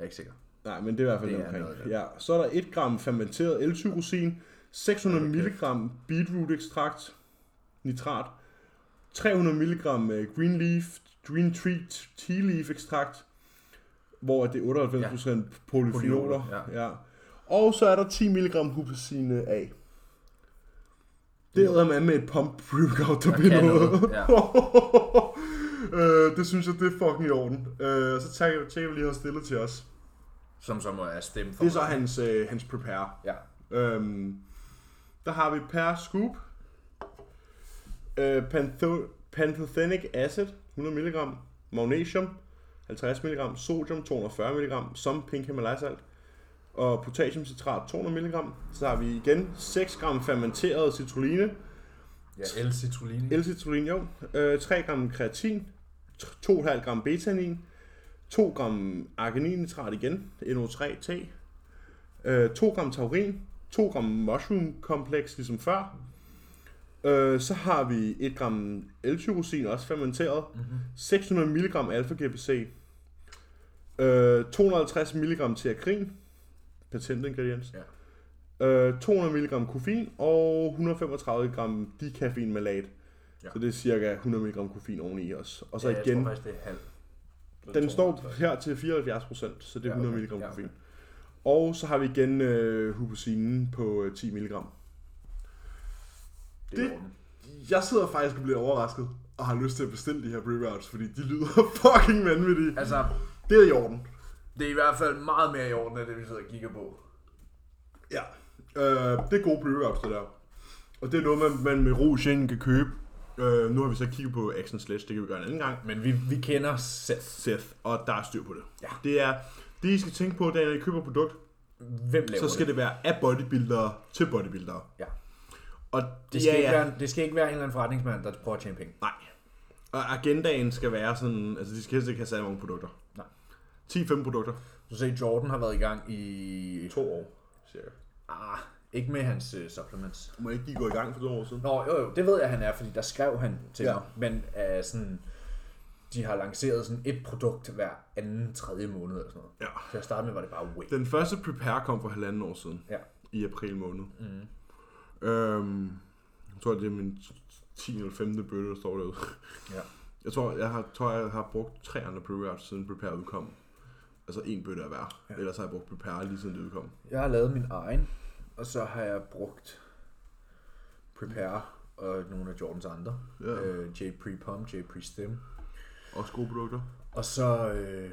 er ikke sikker. Nej, men det er i hvert fald Det er det omkring. noget af det. Ja. Så er der 1 gram fermenteret L-tyrosin, 600 mg beetroot ekstrakt, nitrat, 300 mg øh, green leaf, green tree, tea leaf ekstrakt, hvor det er 98% ja. polyfenoler. Polyfenoler, Ja. ja. Og så er der 10 mg hupersine A. Det hedder man med et pump workout, der bliver kan noget. noget, ja. øh, det synes jeg, det er fucking i orden. Øh, så tjekker vi- tjekker vi lige, har stillet til os. Som så må jeg stemme for. Det er så hans, øh, hans prepare. Ja. Øhm, der har vi per scoop. Øh, pantho- pantothenic acid, 100 mg. Magnesium, 50 mg. Sodium, 240 mg. Som pink Himalaya-salt. Og potassiumcitrat, 200 mg. Så har vi igen 6 gram fermenteret citrulline. Ja, L-citrulline. L-citrulline, jo. Øh, 3 gram kreatin, t- 2,5 gram betanin, 2 gram argininnitrat igen, NO3T, øh, 2 gram taurin, 2 gram mushroom kompleks ligesom før. Øh, så har vi 1 gram L-tyrosin, også fermenteret, Mhm. mm-hmm. 600 mg alfa-GPC, øh, 250 mg teakrin, patentingrediens, Ja. øh, 200 mg koffein og 135 gram dikaffein malat. Ja. Ja. Så det er cirka 100 mg koffein oveni os. Og så ja, ja, Jeg igen, tror faktisk, det er halv. den står her til 74%, så det er Ja, okay. 100 mg Ja, okay. koffein. Og så har vi igen øh, huposinen på øh, 10 mg. Det er i Det- orden. jeg sidder faktisk og bliver overrasket, og har lyst til at bestille de her pre-workouts, fordi de lyder fucking vanvittige. Altså, Det er i orden. det er i hvert fald meget mere i orden, end det vi sidder og kigger på. Ja. Øh, det er gode pre-workouts, det der. Og det er noget, man, man med ro i sjælen kan købe. Øh, nu har vi så kigget på Action Slash, det kan vi gøre en anden gang. Men vi, vi kender Seth. Seth, og der er styr på det. Ja. Det er, det I skal tænke på, da I køber et produkt, Hvem laver så skal det? det være af bodybuildere til bodybuildere. Ja. Og Det skal, ja, ja. Ikke være, det skal ikke være en eller anden forretningsmand, der prøver at tjene penge. Nej. Og agendaen skal være sådan, altså de skal helst ikke have særlig mange produkter. Nej. 10-5 produkter. Du ser, Jordan har været i gang i... To år, cirka. Ah, ikke med hans øh, supplements. Må ikke de gå i gang for to år siden? Nå, jo, jo, det ved jeg, han er, fordi der skrev han til ja. Ja. mig. Men uh, sådan, de har lanceret sådan et produkt hver anden, tredje måned eller sådan noget. Ja. Til at starte med var det bare way. Den første Prepare kom for halvanden år siden. Ja. I april måned. Mm. Øhm, jeg tror, det er min 10. eller 5. bøtte, der står derude. Ja. Jeg tror, jeg har, tror, jeg har brugt tre andre pre siden Prepare udkom. Altså en bøtte af hver. Ja. Ellers har jeg brugt Prepare lige siden det udkom. Jeg har lavet min egen, og så har jeg brugt Prepare og nogle af Jordans andre. Ja. Øh, J-Pre-Pump, J-Pre-Stem. Også gode produkter. Og så øh,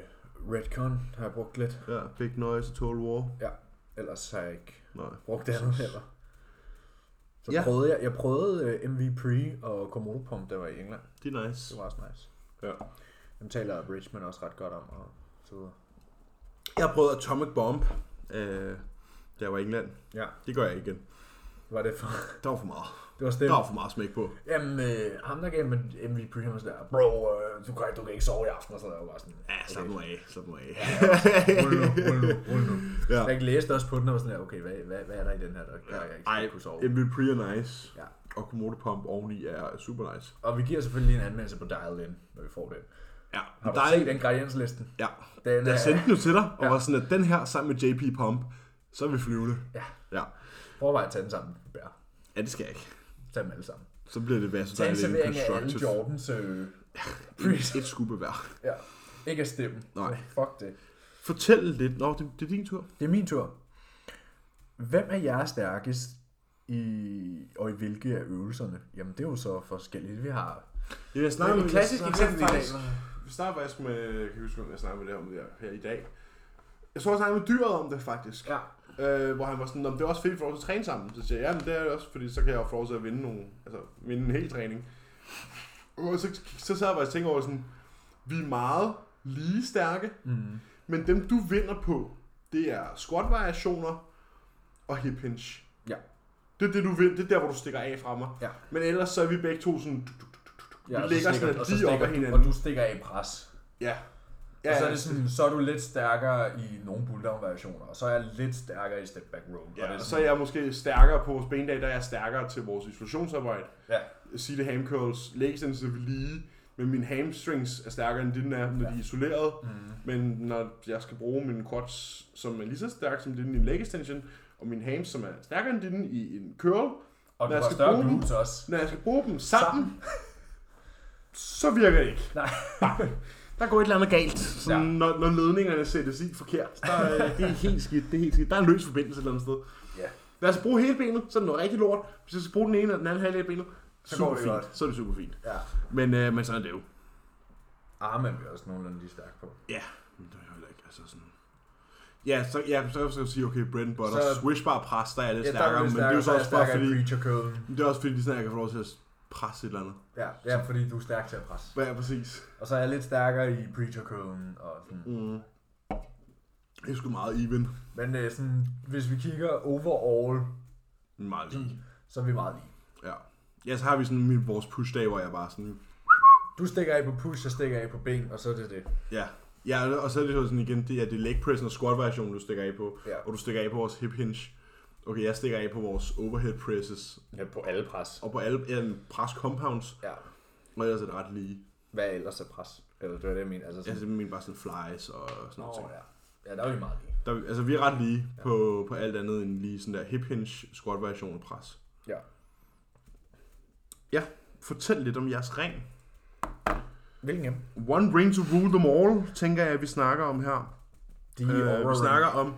Redcon har jeg brugt lidt. Ja, Big Noise og Total War. Ja, ellers har jeg ikke Nej. brugt andet heller. Så ja. Ja. prøvede jeg, jeg prøvede øh, MV Pre og Komodo Pump, der var i England. Det er nice. Det var også nice. Ja. Dem taler Richmond også ret godt om, og så videre. Jeg har prøvet Atomic Bomb, øh, da jeg var i England. Ja. Det gør jeg ikke igen. Var det for... Der var for meget. Det var Der stemt. var for meget smæk på. Jamen, øh, ham der gav mig MVP, han var sådan der, bro, øh, du, kan, du kan ikke sove i aften, og sådan der, Jeg var bare sådan, Ja, slap nu af. Slap nu af. rul nu, rul nu, rul nu. Ja. Ja. Jeg læste også på den, og var sådan der, okay, hvad, hvad, hvad er der i den her, der gør, at jeg ikke Ej, skal kunne sove? MVP er nice. Ja. Og Komodo Pump oveni er super nice. Og vi giver selvfølgelig en anmeldelse på Dial In, når vi får den. Ja, Har du der er set den gradienslisten? Ja, Den jeg sendte den jo til dig, og Ja. var sådan, at den her sammen med JP Pump, så er vi flyvende. Ja. ja. Overvej at tage den sammen, Bær. Ja, det skal jeg ikke. Tag dem alle sammen. Så bliver det værst Tag en dejligt servering af alle constructive. Jordans øh, freeze. Et skub af hver. Ja. Ikke af stemmen. Nej. Fuck det. Fortæl lidt. Nå, det, det er din tur. Det er min tur. Hvem er jer stærkest i, og i hvilke af øvelserne? Jamen, det er jo så forskelligt. Vi har... Ja, jeg snakker- Det er et klassisk vi snakker eksempel faktisk- faktisk- Vi snakker faktisk med, jeg kan huske, om jeg snakker med det om det her, her i dag. Jeg tror, jeg snakkede med dyret om det faktisk. Ja. Øh, hvor han var sådan, "Nå, men det er også fedt, at vi får lov til at træne sammen. Så siger jeg, ja, men det er det også, fordi så kan jeg jo få lov til at vinde, nogle, altså, vinde en hel træning. Og så, så sad jeg faktisk og tænkte over sådan, vi er meget lige stærke, Mm. men dem du vinder på, det er squat variationer og hip hinge. Ja. Det er det, du vinder, det er der, hvor du stikker af fra mig. Ja. Men ellers så er vi begge to sådan, du, du, du, du, du. ja vi og så ligger stikker- sådan og og så lige op stikker af du, hinanden. og du stikker af i pres. Ja. Ja, og så er det ja. sådan, så er du lidt stærkere i nogle pulldown-variationer, og så er jeg lidt stærkere i step back row. Ja, det og så er sådan, jeg måske stærkere på vores benedag, der er jeg stærkere til vores isolationsarbejde. ja, Seated ham curls, leg extensions er vi lige, men mine hamstrings er stærkere end dine er, når ja. de er isoleret. Mhm. Men når jeg skal bruge mine quads, som er lige så stærk som dine i en leg extension, og mine hams, som er stærkere end dine i en curl, og du Lad os har skal større bruge den. glutes også. når jeg skal bruge dem sammen, så virker det ikke. Nej. Der går et eller andet galt, sådan, ja. når, når ledningerne sættes i forkert. Der, øh, det er helt skidt, det er helt skidt. Der er en løs forbindelse et eller andet sted. Ja. Lad os bruge hele benet, så er det noget rigtig lort. Hvis jeg skal bruge den ene og den anden halvdel af benet, Så så går super det fint. godt. Så er det super fint. Ja. Men, øh, men sådan er det jo. Arme er vi også nogenlunde lige stærke på. Ja, men det er jo heller ikke altså sådan... Ja, så, ja, så skal jeg sige, okay, bread and butter, Så- så... swish bare pres, der er jeg lidt Ja, ja, der stærkere, lidt men det er jo så jeg også bare stærkere i fordi, preacher curlen. det er også fordi, lige sådan, jeg kan få lov til at presse et eller andet. Ja, ja, fordi du er stærk til at presse. Hvad er præcis? Og så er jeg lidt stærkere i preacher curlen og sådan. Mm. Det er sgu meget even. Men øh, sådan, hvis vi kigger overall, Meget lige. så er vi meget lige. Ja. Ja, så har vi sådan min, vores push-dag, hvor jeg bare sådan... Du stikker af på push, jeg stikker af på ben, og så er det det. Ja. Ja, og så er det jo sådan igen, det er det leg press og squat variation, du stikker af på. Ja. Og du stikker af på vores hip hinge. Okay, jeg stikker af på vores overhead presses. ja på alle pres. Og på alle ja, pres compounds. Ja. Og ellers er det ret lige. Hvad ellers er pres? Eller det var det, jeg mener. Altså, Jeg sådan, altså, mener bare sådan flies og sådan noget. ting. Nå, ja. ja, der er vi meget lige. Der, er vi- altså, vi er ret lige på, på alt andet end lige sådan der hip hinge, squat variation og pres. Ja. Ja, fortæl lidt om jeres ring. Hvilken hjem? One ring to rule them all, tænker jeg, vi snakker om her. De Øh, vi snakker om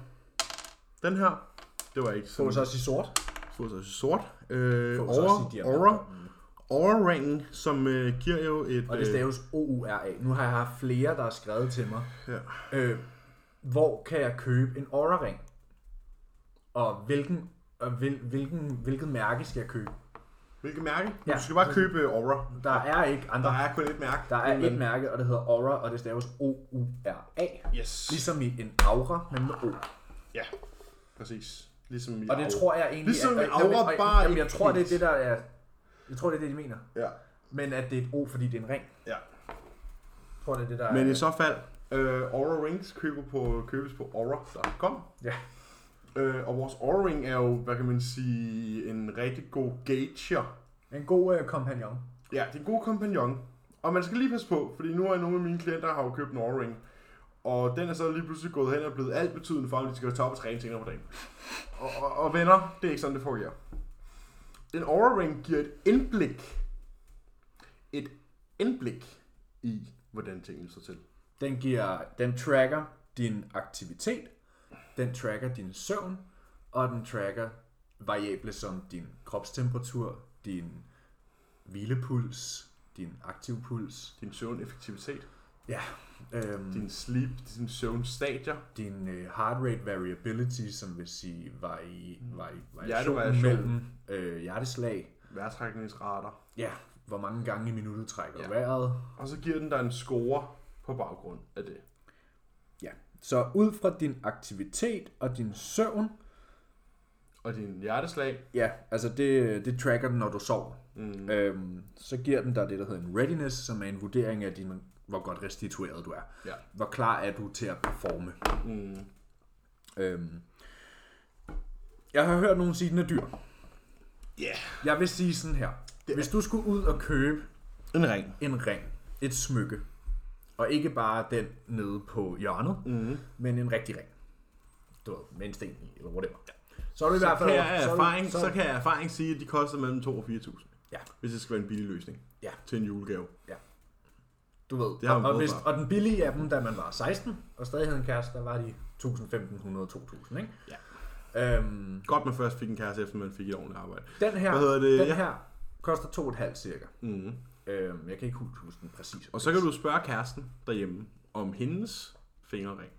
den her. Det var ikke Fås sådan. også i sort. Fås også i sort. Øh, Fås aura, også i diamant. aura, Aura-ringen, som øh, giver jo et... Og det staves O-U-R-A. Nu har jeg haft flere, der har skrevet til mig. Ja. Øh, hvor kan jeg købe en Aura-ring? Og hvilken, og hvil, hvilken, hvilket mærke skal jeg købe? Hvilket mærke? Ja. Ja. Du skal bare købe øh, Aura. Der er ikke Der andre. er kun et mærke. Der er Men- et mærke, og det hedder Aura, og det staves O-U-R-A. Yes. Ligesom i en aura, men med O. Ja, præcis. Ligesom i Og det Aura. tror jeg egentlig... Ligesom at- en aura, Jamen, og- bare Jamen, jeg ikke tror, det er helt. det, der er... Jeg tror, det er det, de mener. Ja, Men at det er et O, fordi det er en ring. ja. Jeg tror, det er det, der Men er... i så fald, øh, Aura Rings køber på, købes på aura.com. Ja. Øh, og vores Aura Ring er jo, hvad kan man sige, en rigtig god gauger. En god øh, kompagnon. Ja, det er en god kompagnon. Og man skal lige passe på, fordi nu er nogle af mine klienter, der har jo købt en Aura Ring. Og den er så lige pludselig gået hen og blevet alt betydende for, at de skal tage op og træne senere på dagen. Og, og, og venner, det er ikke sådan, det fungerer. En Aura Ring giver et indblik. Et indblik i, hvordan tingene står til. Den, giver, den tracker din aktivitet, den tracker din søvn, og den tracker variable som din kropstemperatur, din hvilepuls, din aktiv puls, Din søvneffektivitet, ja, øhm, din, din sleep, din søvnstadier, din øh, heart rate variability, som vil sige vari, Mm. vari, variation Hjertevariation. mellem øh, hjerteslag, vejrtrækningsrater. ja, hvor mange gange i minuttet trækker Ja. ja. vejret, Og så giver den dig en score på baggrund af det. ja. Så ud fra din aktivitet og din søvn, Og din hjerteslag, Ja, altså det, det tracker den, når du sover. mm, Øhm, så giver den dig det, der hedder en readiness, som er en vurdering af, din, hvor godt restitueret du er. Ja. Hvor klar er du til at performe? mm, Øhm, jeg har hørt nogen sige, at den er dyr. yeah. Jeg vil sige sådan her. Hvis du skulle ud og købe en ring. en ring, et smykke, og ikke bare den nede på hjørnet, Mm. men en rigtig ring, du ved, med en sten i, eller whatever, så er du i hvert Kan fald... jeg af så er du- erfaring, så, så- kan jeg af erfaring sige, at de koster mellem 2 og 4.000. Ja. Hvis det skal være en billig løsning. Ja. Til en julegave. Du ved, Det har man og, og, prøvet hvis, før. og den billige af dem, da man var 16, og stadig havde en kæreste, der var de 1.500-2.000, ikke? Ja. Øhm, Godt, man først fik en kæreste, efter man fik et ordentligt arbejde. den her, Hvad hedder det? Den Ja. her koster 2,5 cirka. Mm. Øhm, jeg kan ikke huske den præcis. Og så kan du spørge kæresten derhjemme, om hendes fingerring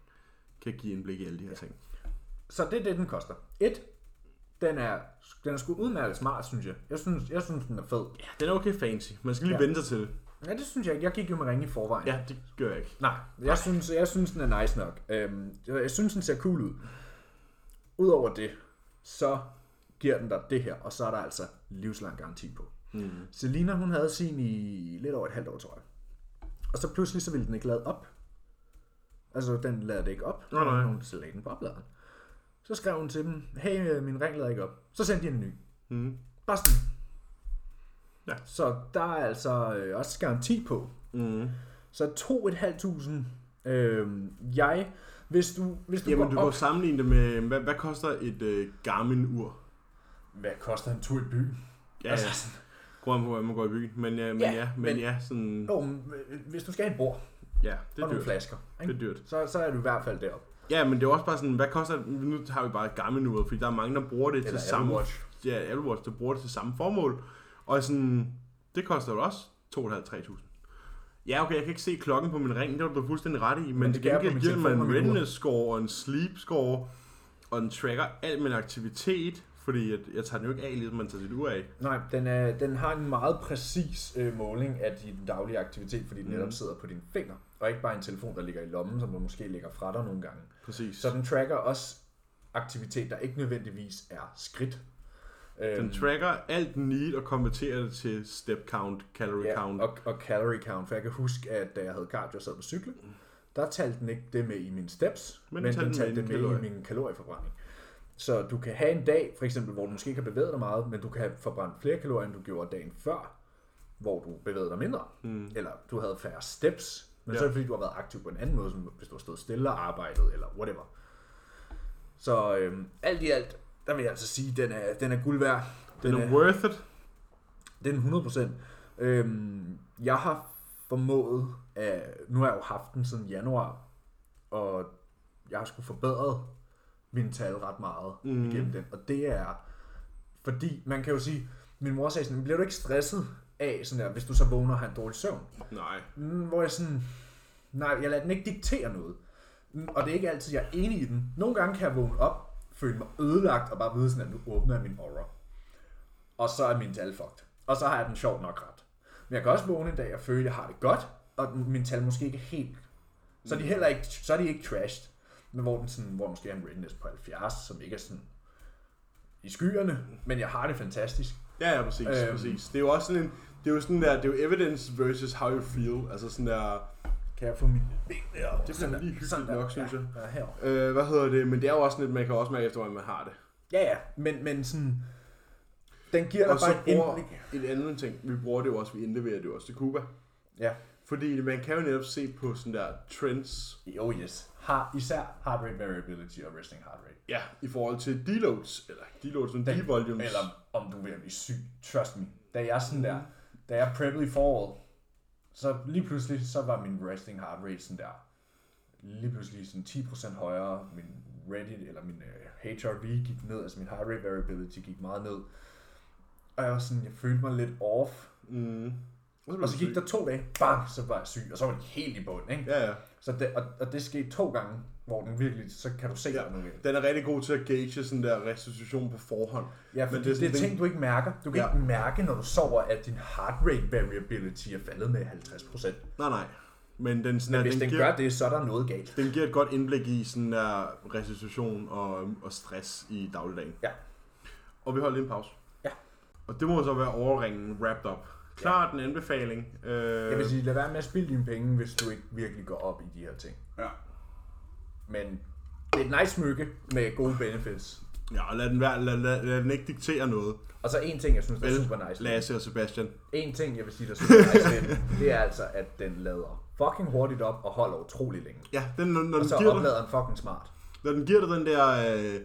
kan give indblik i alle de her ting. Så det er det, den koster. Et, den er, den er sgu udmærket smart, synes jeg. Jeg synes, jeg synes den er fed. Ja, den er okay fancy. Man skal lige Ja. ja. vente sig til det. Ja, det synes jeg ikke. Jeg gik jo med ringe i forvejen. Ja, det gør jeg ikke. Nej, jeg synes, jeg synes, den er nice nok. Øhm, jeg jeg synes, den ser cool ud. Udover det, så giver den dig det her, og så er der altså livslang garanti på. Mm. Selina, hun havde sin i lidt over et halvt år, tror jeg. Og så pludselig, så ville den ikke lade op. Altså, den lader det ikke op. Nå, nej. Hun så lagde den på opladeren. Så skrev hun til dem, hey, øh, min ring lader ikke op. Så sendte de en ny. Mm. Bare sådan. Ja. Så der er altså øh, også garanti på. Mm. Så 2.500. Øh, jeg, hvis du, hvis du Jamen, du går kan op... jo sammenligne det med, hvad, hvad koster et øh, Garmin-ur? Hvad koster en tur i byen? Ja, ja. Grunden på, hvordan man går i byen. Men, øh, men Altså- Ja, ja, ja, men, men- men ja, sådan... Jo, men, øh, hvis du skal have et bord Ja, det og er nogle dyrt. flasker, Det ikke? er dyrt. Så, så er du i hvert fald deroppe. Ja, men det er også bare sådan, hvad koster... Nu har vi bare Garmin-uret, fordi der er mange, der bruger det Eller til samme... Apple Watch. Ja, Apple Watch, der bruger det til samme formål. Og sådan, det koster jo også 2.500-3.000. Ja, okay, jeg kan ikke se klokken på min ring, det var du fuldstændig ret i, men, det men til kan jeg på min gengæld giver man telefon og en mit ur. readiness score og en sleep score, og den tracker al min aktivitet, fordi jeg, jeg tager den jo ikke af, ligesom man tager sit ur af. Nej, den, er, den har en meget præcis øh, måling af din daglige aktivitet, fordi den Mhm. netop sidder på dine fingre, og ikke bare en telefon, der ligger i lommen, som du måske ligger fra dig nogle gange. Præcis. Så den tracker også aktivitet, der ikke nødvendigvis er skridt. Den tracker alt need og konverterer det til step count, calorie Ja, count. og, og calorie count. For jeg kan huske, at da jeg havde cardio og sad på cykle, der talte den ikke det med i mine steps, men, men den talte det med kalorier. i min kalorieforbrænding. Så du kan have en dag, for eksempel, hvor du måske ikke har bevæget dig meget, men du kan have forbrændt flere kalorier, end du gjorde dagen før, hvor du bevægede dig mindre. Mm. Eller du havde færre steps, men ja. Ja. så er det fordi, du har været aktiv på en anden måde, som hvis du har stået stille og arbejdet, eller whatever. Så øhm, alt i alt, der vil jeg altså sige, den er, den er guld værd. Den er worth it. Den 100%. Øhm, jeg har formået, at nu har jeg jo haft den siden januar, og jeg har sgu forbedret mine tal ret meget mm. igennem den. Og det er, fordi man kan jo sige, min mor sagde sådan, bliver du ikke stresset af, sådan der, hvis du så vågner og har en dårlig søvn. Nej. Mm, hvor jeg sådan, nej, jeg lader den ikke diktere noget. Mm, Og det er ikke altid, jeg er enig i den. Nogle gange kan jeg vågne op, føle mig ødelagt og bare vide sådan, at nu åbner jeg min aura. Og så er min tal fucked. Og så har jeg den sjov nok ret. Men jeg kan også vågne en dag og føle, at jeg har det godt, og den- min tal måske ikke er helt... Så er de heller ikke, så er de ikke trashed. Men hvor, den sådan, hvor måske er en readiness på 70, som ikke er sådan i skyerne, men jeg har det fantastisk. Ja, ja, præcis, Øhm. øhm. præcis. Det er jo også sådan en, det er jo sådan der, det er jo evidence versus how you feel, altså sådan der, Kan jeg få mit ben der? Det bliver lige hyggeligt nok, synes jeg. Ja, herovre. øh, hvad hedder det, men det er jo også lidt, man kan også mærke efter, hvordan man har det. Ja, ja, men, men sådan... Den giver dig Og så bare et bruger indblik. en anden ting, vi bruger det jo også, vi indleverer det jo også til Cuba. Ja. Fordi man kan jo netop se på sådan der trends, Jo, yes. Har, især heart rate variability og resting heart rate. ja, i forhold til deloads, eller deloads, men Den- devolumes. Eller om du er ved at blive syg. Trust me. Da jeg sådan der, da jeg preppede i foråret, så lige pludselig, så var min resting heart rate sådan der, lige pludselig sådan 10% højere, min Reddit, eller min uh, HRV gik ned, altså min heart rate variability gik meget ned. Og jeg var sådan, jeg følte mig lidt off. Mm. bliver Og så du gik syg. der to dage, bang, så var jeg syg, og så var det helt i bund, ikke? Ja, ja. Så det, og, og det skete to gange, hvor den virkelig, så kan du se Ja. ja. noget ved det. Den er rigtig god til at gauge sådan der restitution på forhånd. Ja, for Men det, det det, er sådan er en ting, du ikke mærker. Du kan Ja. ja. ikke mærke, når du sover, at din heart rate variability er faldet med 50%. Nej, nej. Men den, sådan, Men der, hvis den, den giver, gør det, så er der noget galt. den giver et godt indblik i sådan der restitution og, og stress i dagligdagen. Ja. Og vi holder lige en pause. Ja. Og det må så være overringen wrapped up. Klart en anbefaling. Øh, Jeg vil sige, lad være med at spilde dine penge, hvis du ikke virkelig går op i de her ting. ja. Men det er et nice smykke med gode benefits. ja, og lad den, være, lad, lad, lad den ikke diktere noget. Og så en ting, jeg synes, der er Vel, super nice. ved den. Lasse og Sebastian. En ting, jeg vil sige, der er super nice ved den, det er altså, at den lader fucking hurtigt op og holder utrolig længe. Ja, den, når, når, Og den så giver dig, oplader den fucking smart. når den giver dig den der øh,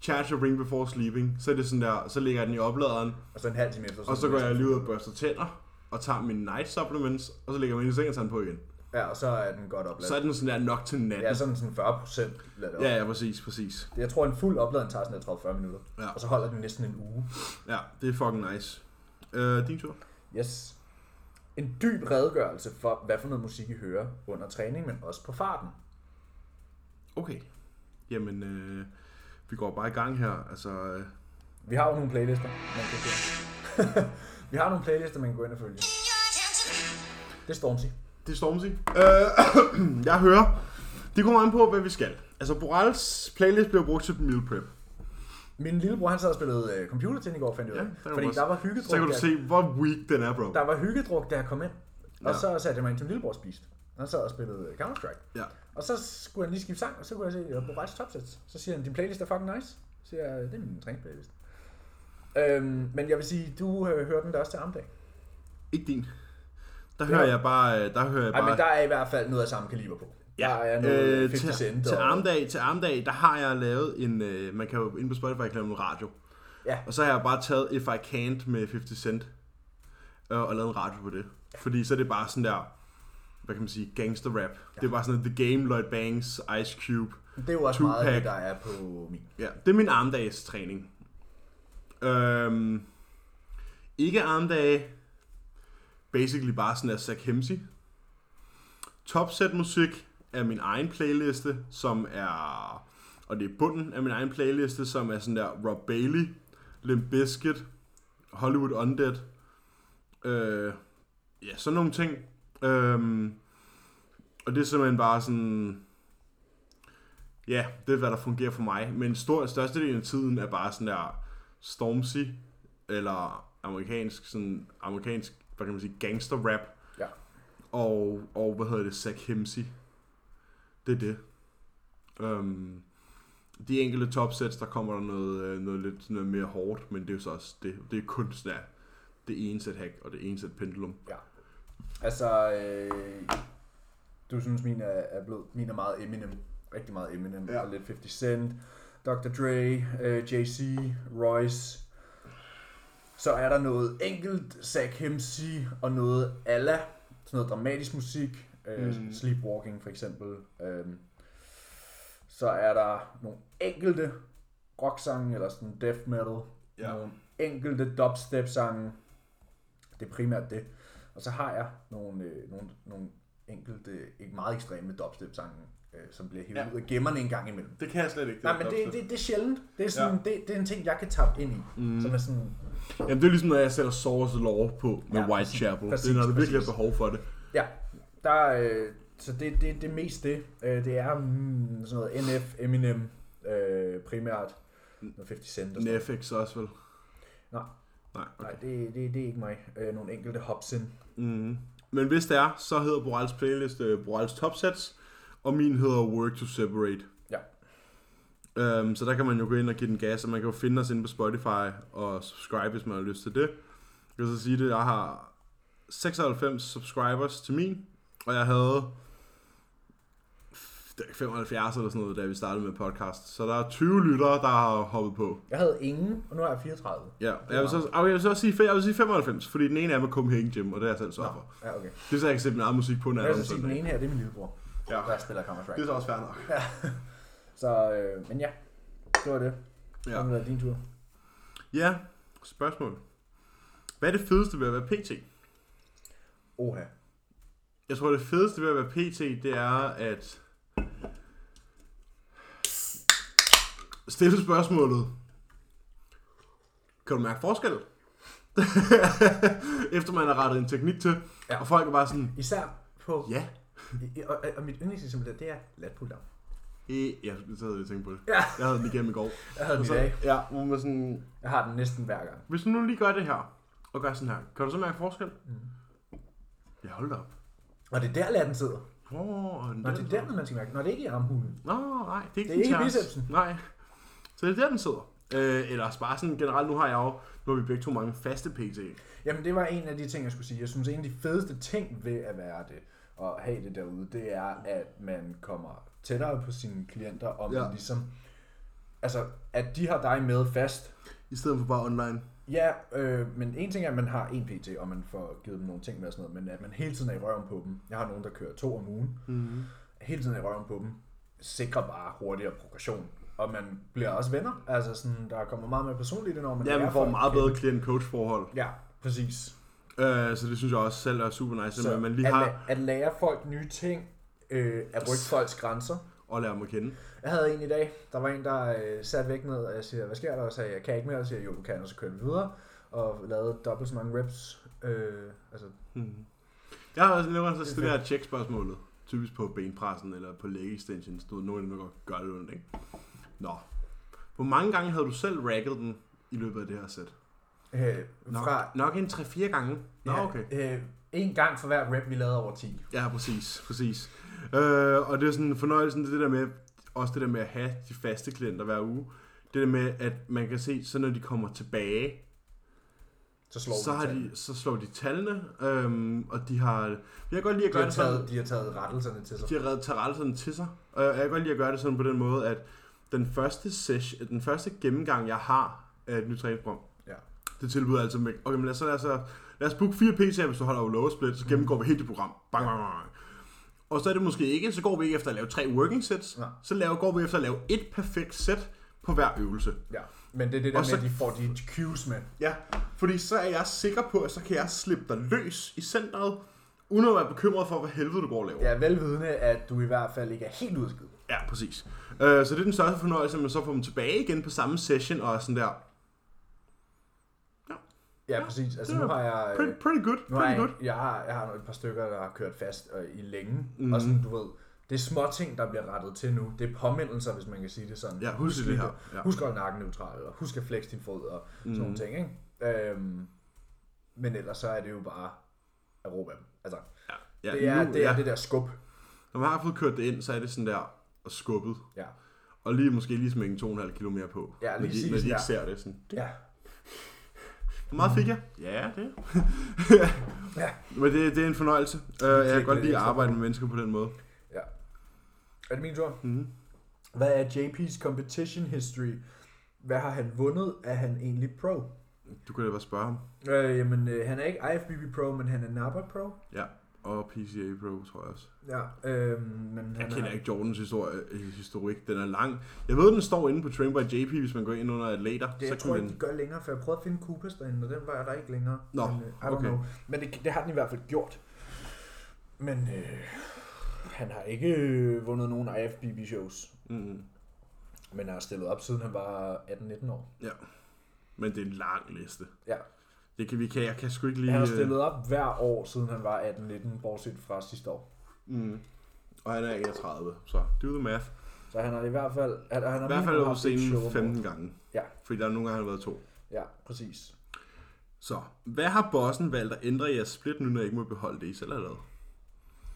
charge your ring before sleeping, så er det sådan der, så ligger den i opladeren, Og så en halv time efter. Og så er går den jeg lige ud og børster tænder, og tager mine night supplements, og så lægger jeg mine seng og tager den på igen. Ja, og så er den godt opladet. Så er den sådan der nok til natten. Ja, sådan sådan 40 procent lader det op. Ja, ja, præcis, præcis. Jeg tror, en fuld opladning tager sådan der 30-40 minutter. Ja. Og så holder den næsten en uge. Ja, det er fucking nice. Øh, din tur? Yes. En dyb redegørelse for, hvad for noget musik I hører under træning, men også på farten. Okay. Jamen, øh, vi går bare i gang her. Altså, øh, Vi har jo nogle playlister, man kan gå. Vi har nogle playlister, man kan gå ind og følge. Det er Stormzy. det er Stormzy. Øh, jeg hører. Det kommer an på, hvad vi skal. Altså, Borals playlist bliver brugt til meal prep. Min lillebror, han sad og spillede øh, computer til i går, fandt jeg ud af. der var fordi også- der var Så kan hyggedruk, du der, se, hvor weak den er, bro. der var hyggedruk, da jeg kom ind. Og Ja. så satte jeg mig ind til min lillebror spiste. Han sad og spillede øh, Counter-Strike. Ja. Og så skulle han lige skifte sang, og så kunne jeg se på Rejs Topsets. Så siger han, din playlist er fucking nice. Så siger jeg, det er min træningsplaylist. Øhm, men jeg vil sige, du øh, hører den der også til armdag. Ikke din. Der hører jeg bare... øh, Der hører jeg bare Ej, men der er i hvert fald noget af samme kaliber på. Der er noget Øh, 50 til, Cent. til, og- armdag, til armdag, der har jeg lavet en, øh, man kan jo ind på Spotify klemme en radio. Ja. Og så har jeg bare taget If I Can't med 50 Cent øh, og lavet en radio på det. Fordi så er det bare sådan der, hvad kan man sige, gangster rap. Ja. Det er bare sådan noget, The Game, Lloyd Banks, Ice Cube. Det er jo også Tupac. meget af det, der er på min. Ja, det er min armdags træning. Øhm, ikke armdage, basically bare sådan der Zach Hemsey. Topset musik er min egen playliste, som er, og det er bunden af min egen playliste, som er sådan der Rob Bailey, Limp Bizkit, Hollywood Undead, øh, ja, sådan nogle ting. Øhm, og det er simpelthen bare sådan, ja, det er hvad der fungerer for mig, men stor, størstedelen af tiden er bare sådan der Stormzy, eller amerikansk, sådan amerikansk, hvad kan man sige, gangster rap, Ja. og, og hvad hedder det, Zach Hemsey. Det er det. Um, de enkelte topsets, der kommer der noget, øh, noget lidt noget mere hårdt, men det er jo så også det. Det er kun sådan der, det ene sæt hack og det ene sæt pendulum. Altså, øh, du synes, min er, er blød. Min er meget Eminem. Rigtig meget Eminem. Ja. Ja. Og lidt 50 Cent. Dr. Dre, øh, JC, Royce. Så er der noget enkelt Zach Hemsey og noget Alla. Sådan noget dramatisk musik. Øh, Mm. Sleepwalking for eksempel. Øh, så er der nogle enkelte rocksange eller sådan death metal. Ja. Nogle enkelte dubstep sange. det er primært det. Og så har jeg nogle, øh, nogle, nogle enkelte, ikke meget ekstreme dubstep-sange, øh, som bliver hivet Ja. ja. ud af gemmerne en gang imellem. Det kan jeg slet ikke. Nej, men det, dubstep. det, det er sjældent. Det er, sådan, ja. det, det er en ting, jeg kan tappe ind i. Mm. Som er sådan, Jamen, det er ligesom, når jeg sætter Source Law på med Ja, Whitechapel. præcis, det er, når der virkelig er præcis. behov for det. ja, der, øh, så det, det, det er mest det. Øh, det er mm, sådan noget NF, Eminem øh, primært. Mm. Noget 50 Cent og sådan noget. Netflix også vel? Nej. Nej, okay. Nej, det, det, det er ikke mig. Øh, nogle enkelte Hobson. Mm. Men hvis det er, så hedder Borals playlist uh, Borals Topsets, og min hedder Work to Separate. Ja. Um, så der kan man jo gå ind og give den gas, og man kan jo finde os inde på Spotify og subscribe, hvis man har lyst til det. Jeg kan så sige det, jeg har 96 subscribers til min, og jeg havde det er 75 eller sådan noget, da vi startede med podcast. Så der er 20 lyttere, der har hoppet på. Jeg havde ingen, og nu er jeg 34. Ja, og jeg vil, så, og jeg vil så også sige, jeg vil sige 95, fordi den ene af dem er Copenhagen Gym, og det er jeg selv så for. Ja, okay. Det så jeg kan sætte min egen musik på, når Jeg jeg er vil sige, den sådan. ene her, det er min lillebror, Ja, der spiller Counter-Strike. det er så også fair nok. Så, øh, men ja, det var det. Ja. Ja. Det var din tur. Ja, spørgsmål. Hvad er det fedeste ved at være PT? Oha. Jeg tror, det fedeste ved at være PT, det er at stille spørgsmålet. Kan du mærke forskel? Efter man har rettet en teknik til, Ja. og folk er bare sådan, Især på... ja, I- Og, og, og mit yndlingseksempel, der, det er lat pull down. øh, ja, så havde jeg tænkt på det. Ja. Jeg havde den igennem i går. Jeg havde den Og i så, dag. ja, hvor man sådan, Jeg har den næsten hver gang. Hvis du nu lige gør det her, og gør sådan her, kan du så mærke forskel? Mm. Ja, hold da op. Og det er der, latten sidder. Oh, Nå, det er der, man skal mærke. Nå, det er ikke i armhulen. Nå, nej, det er Det ikke, er din ikke i tærs. bicepsen. Nej. Så det er der, den sidder. Øh, eller bare sådan generelt, nu har jeg jo, nu har vi begge to mange faste PT. Jamen, det var en af de ting, jeg skulle sige. Jeg synes, en af de fedeste ting ved at være det, og have det derude, det er, at man kommer tættere på sine klienter, og man Ja. ja. ligesom... Altså, at de har dig med fast. I stedet for bare online. Ja, øh, men en ting er, at man har en PT, og man får givet dem nogle ting med og sådan noget, men at man hele tiden er i røven på dem. Jeg har nogen, der kører to om ugen. Mm. hele tiden i røven på dem, sikrer bare hurtigere progression. Og man bliver også venner. Altså sådan, der kommer meget mere personligt ind over, man Ja, lærer vi får folk meget at bedre kende. klient-coach-forhold. Ja, præcis. Øh, så det synes jeg også selv er super nice, Så at man lige at, har la- at lære folk nye ting, øh, at rykke folks grænser. og lære dem at kende. Jeg havde en i dag, der var en, der øh, satte væk ned, og jeg siger, hvad sker der? Og sagde, jeg kan ikke mere, og siger, jo, du kan, og så kører vi videre. Og lavede dobbelt så mange reps. Øh, altså, Mm. Jeg har også nogle gange så stillet jer tjekspørgsmålet. Typisk på benpressen eller på leg extensions. Du ved, nogen af dem, der godt gør det ondt, ikke? Nå. Hvor mange gange havde du selv racket den i løbet af det her sæt? øh, Nok, fra, nok en 3-4 gange. Nå, ja, okay. øh, en gang for hver rep, vi lavede over 10. Ja, præcis. præcis. Øh, og det er sådan fornøjelsen, det er det der med, også det der med at have de faste klienter hver uge. Det der med, at man kan se, så når de kommer tilbage, Så slår så, vi har tallene. de, så slår de tallene, øhm, og de har... Jeg kan godt lide de, at gøre har det sådan- taget, de har taget rettelserne til sig. De har reddet Taralton til sig. Og jeg kan godt lide at gøre det sådan på den måde, at den første, session, den første gennemgang, jeg har af et nyt træningsprogram, Ja. det tilbyder altså med, okay, men lad os, så, lad os, så- lad os booke fire PC'er, hvis du holder over lower split, så gennemgår vi hele det program. Bang, bang, bang, bang. Og så er det måske ikke, så går vi ikke efter at lave tre working sets, Nej. så laver, går vi efter at lave et perfekt sæt på hver øvelse. Ja, men det er det der Og med, så- at de får de cues med. Ja, fordi så er jeg sikker på, at så kan jeg slippe dig løs i centret, uden at være bekymret for, hvad helvede du går og laver. Jeg er velvidende, at du i hvert fald ikke er helt udskidt. Ja, præcis. Øh, så det er den største fornøjelse, at man så får dem tilbage igen på samme session, og er sådan der, Ja, præcis. Altså det nu var har jeg... øh, pretty, pretty good, Nu har pretty jeg, good. jeg, har, jeg har et par stykker, der har kørt fast øh, i længe. Mhm. Mm. Og sådan, du ved, det er små ting, der bliver rettet til nu. Det er påmindelser, hvis man kan sige det sådan. Ja, husk det lige her. det. Ja. Mhm. Husk at holde nakken neutral, og husk at flex din fod og sådan mm. nogle ting, ikke? Øhm, men ellers så er det jo bare at råbe af dem. Altså, Ja, det er, nu- det, er ja. det der skub. Når man har fået kørt det ind, så er det sådan der, og skubbet. Ja. Og lige måske lige smænge 2,5 km mere på, Ja, lige når, de, præcis, når de ikke ja. ser det. Sådan. Ja. Hvor meget fik jeg? Ja, det. ja. Men det, det er en fornøjelse. Øh, jeg kan lidt godt lide at ekstra arbejde med mennesker på den måde. Ja. Er det min tur? Mhm. Hvad er JP's competition history? Hvad har han vundet? Er han egentlig pro? Du kan da bare spørge ham. Øh, jamen, øh, han er ikke IFBB pro, men han er NABA pro. Ja. og PCA Pro, tror jeg også. Ja, øhm, men Jeg han kender er, ikke Jordans historie, øh, historik, den er lang. Jeg ved, den står inde på Train by JP, hvis man går ind under atleter. det, så jeg tror kan ikke, man... de gør længere, for jeg prøvede at finde Coopers derinde, og den var der ikke længere. Nå, men, øh, I don't okay. know. Men det, det har den i hvert fald gjort. Men øh, han har ikke øh, vundet nogen IFBB-shows, Mm, men har stillet op, siden han var 18-19 år. ja. Men det er en lang liste. Ja. Det kan vi kan, jeg kan sgu ikke lige... Han har øh, stillet op hver år, siden han var 18-19, bortset fra sidste år. Mm. Og han er 31, så do the math. Så han har i hvert fald... Han, han har I hvert fald minimum over haft et show om scenen året. 15 gange. Ja. Fordi der er nogle gange, han har været to. Ja, præcis. Så, hvad har bossen valgt at ændre i jeres split, nu når I ikke må beholde det, I selv har lavet?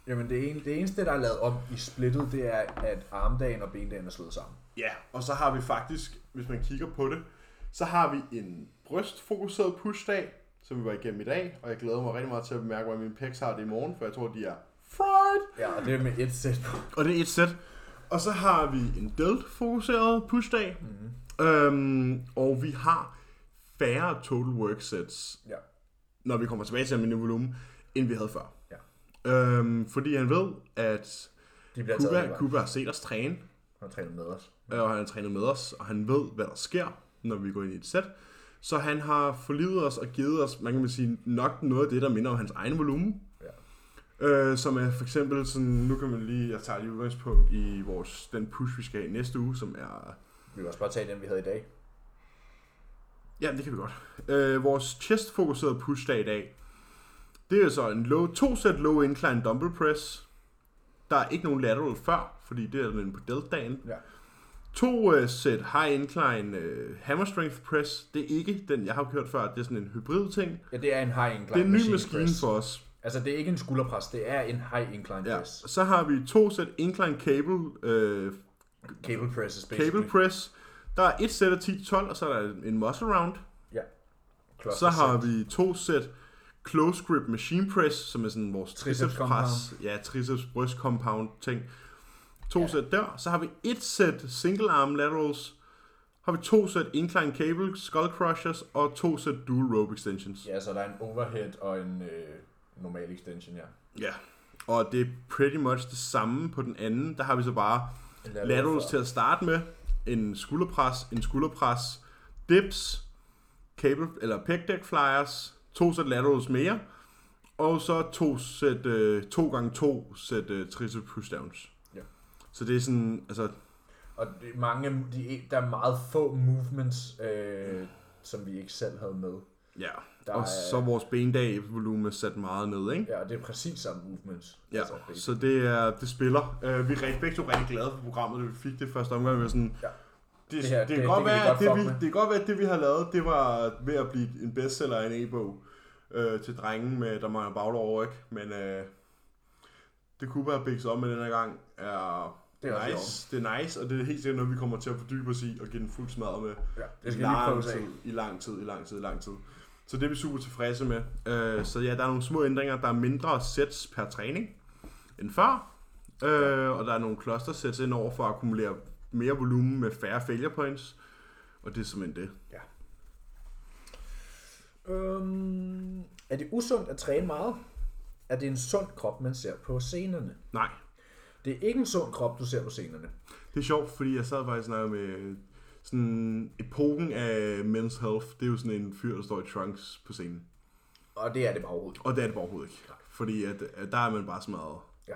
Jamen det, ene, det eneste, der er lavet om i splittet, det er, at armdagen og bendagen er slået sammen. Ja, og så har vi faktisk, hvis man kigger på det, så har vi en brystfokuseret pushdag, som vi var igennem i dag, og jeg glæder mig rigtig meget til at mærke, hvor mine pecs har det i morgen, for jeg tror, de er fried. Ja, og det er med et sæt på. Og det er et sæt. Og så har vi en delt-fokuseret pushdag, mm-hmm. øhm, og vi har færre total work sets, Ja. når vi kommer tilbage til almindelig volumen, end vi havde før. Ja. Øhm, fordi han ved, at De bliver taget Kuba, af Kuba har set os træne, Han træner med os. og han har trænet med os, og han ved, hvad der sker, når vi går ind i et sæt. Så han har forlivet os og givet os, man kan vel sige, nok noget af det, der minder om hans egen volumen. Ja. Øh, som er for eksempel sådan, nu kan man lige, jeg tager lige udgangspunkt i vores, den push, vi skal have i næste uge, som er, Vi kan også bare tage den, vi havde i dag. ja, det kan vi godt. Øh, vores chest-fokuserede push-dag i dag, det er så en low, to sæt low incline dumbbell press. Der er ikke nogen lateral før, fordi det er den på delt-dagen. Ja. To øh, sæt high incline øh, hammer strength press. Det er ikke den, jeg har kørt før. Det er sådan en hybrid ting. Ja, det er en high Det incline er en ny machine maskine press. for os. Altså, det er ikke en skulderpres, det er en high incline Ja. press. Så har vi to sæt incline cable, øh, Cable presses, basically. cable press. Der er et sæt af 10-12, og så er der en muscle round. Cluster Så har set. vi to sæt close grip machine press, som er sådan vores Triceps triceps pres. Ja, triceps bryst compound ting. To Ja. ja. sæt der. Så har vi et sæt single arm laterals. Har vi to sæt incline cable, skull crushers og to sæt dual rope extensions. Ja, så der er en overhead og en øh, normal extension, ja. Ja. Og det er pretty much det samme på den anden. Der har vi så bare En laterals for- til at starte med, en skulderpres, en skulderpres, dips, cable eller pec deck flyers, to sæt laterals mere, og så to sæt øh, to gange to sæt øh, tricep pushdowns. Ja. Så det er sådan, altså, Og det, mange, af de, der er meget få movements, øh, som vi ikke selv havde med. ja. Der og er- så vores bendag volumen er sat meget ned, ikke? Ja, og det er præcis samme movements. Ja, altså, basically. så det, er, det spiller. Uh, vi er rigtig, begge to rigtig glade for programmet, da vi fik det første omgang. Vi var sådan, Ja. Det det, det, her, her, det, det- kan det godt kan vi være, at godt det, fuck vi, med. det kan godt være, at det vi har lavet, det var ved at blive en bestseller i en e-bog øh, til drengen, med, der mangler baglov over, ikke? Men øh, det kunne være bækket op med den her gang. Er, Det det er også er i nice, det er nice, og det er helt sikkert noget, vi kommer til at fordybe os i og give den fuld smadret med Ja, det skal i lige lang prøves af. tid, i lang tid, i lang tid, i lang tid. Så det er vi super tilfredse med. Øh, så ja, der er nogle små ændringer. Der er mindre sets per træning end før. Øh, og der er nogle cluster sets ind over for at akkumulere mere volumen med færre failure points. Og det er simpelthen det. Øhm, er det usundt at træne meget? Er det en sund krop, man ser på scenerne? Nej, Det er ikke en sund krop, du ser på scenerne. det er sjovt, fordi jeg sad faktisk snakket med øh, sådan epoken af men's health. Det er jo sådan en fyr, der står i trunks på scenen. Og det er det bare overhovedet. Og det er det bare overhovedet ikke. Fordi at, at der er man bare smadret. Ja.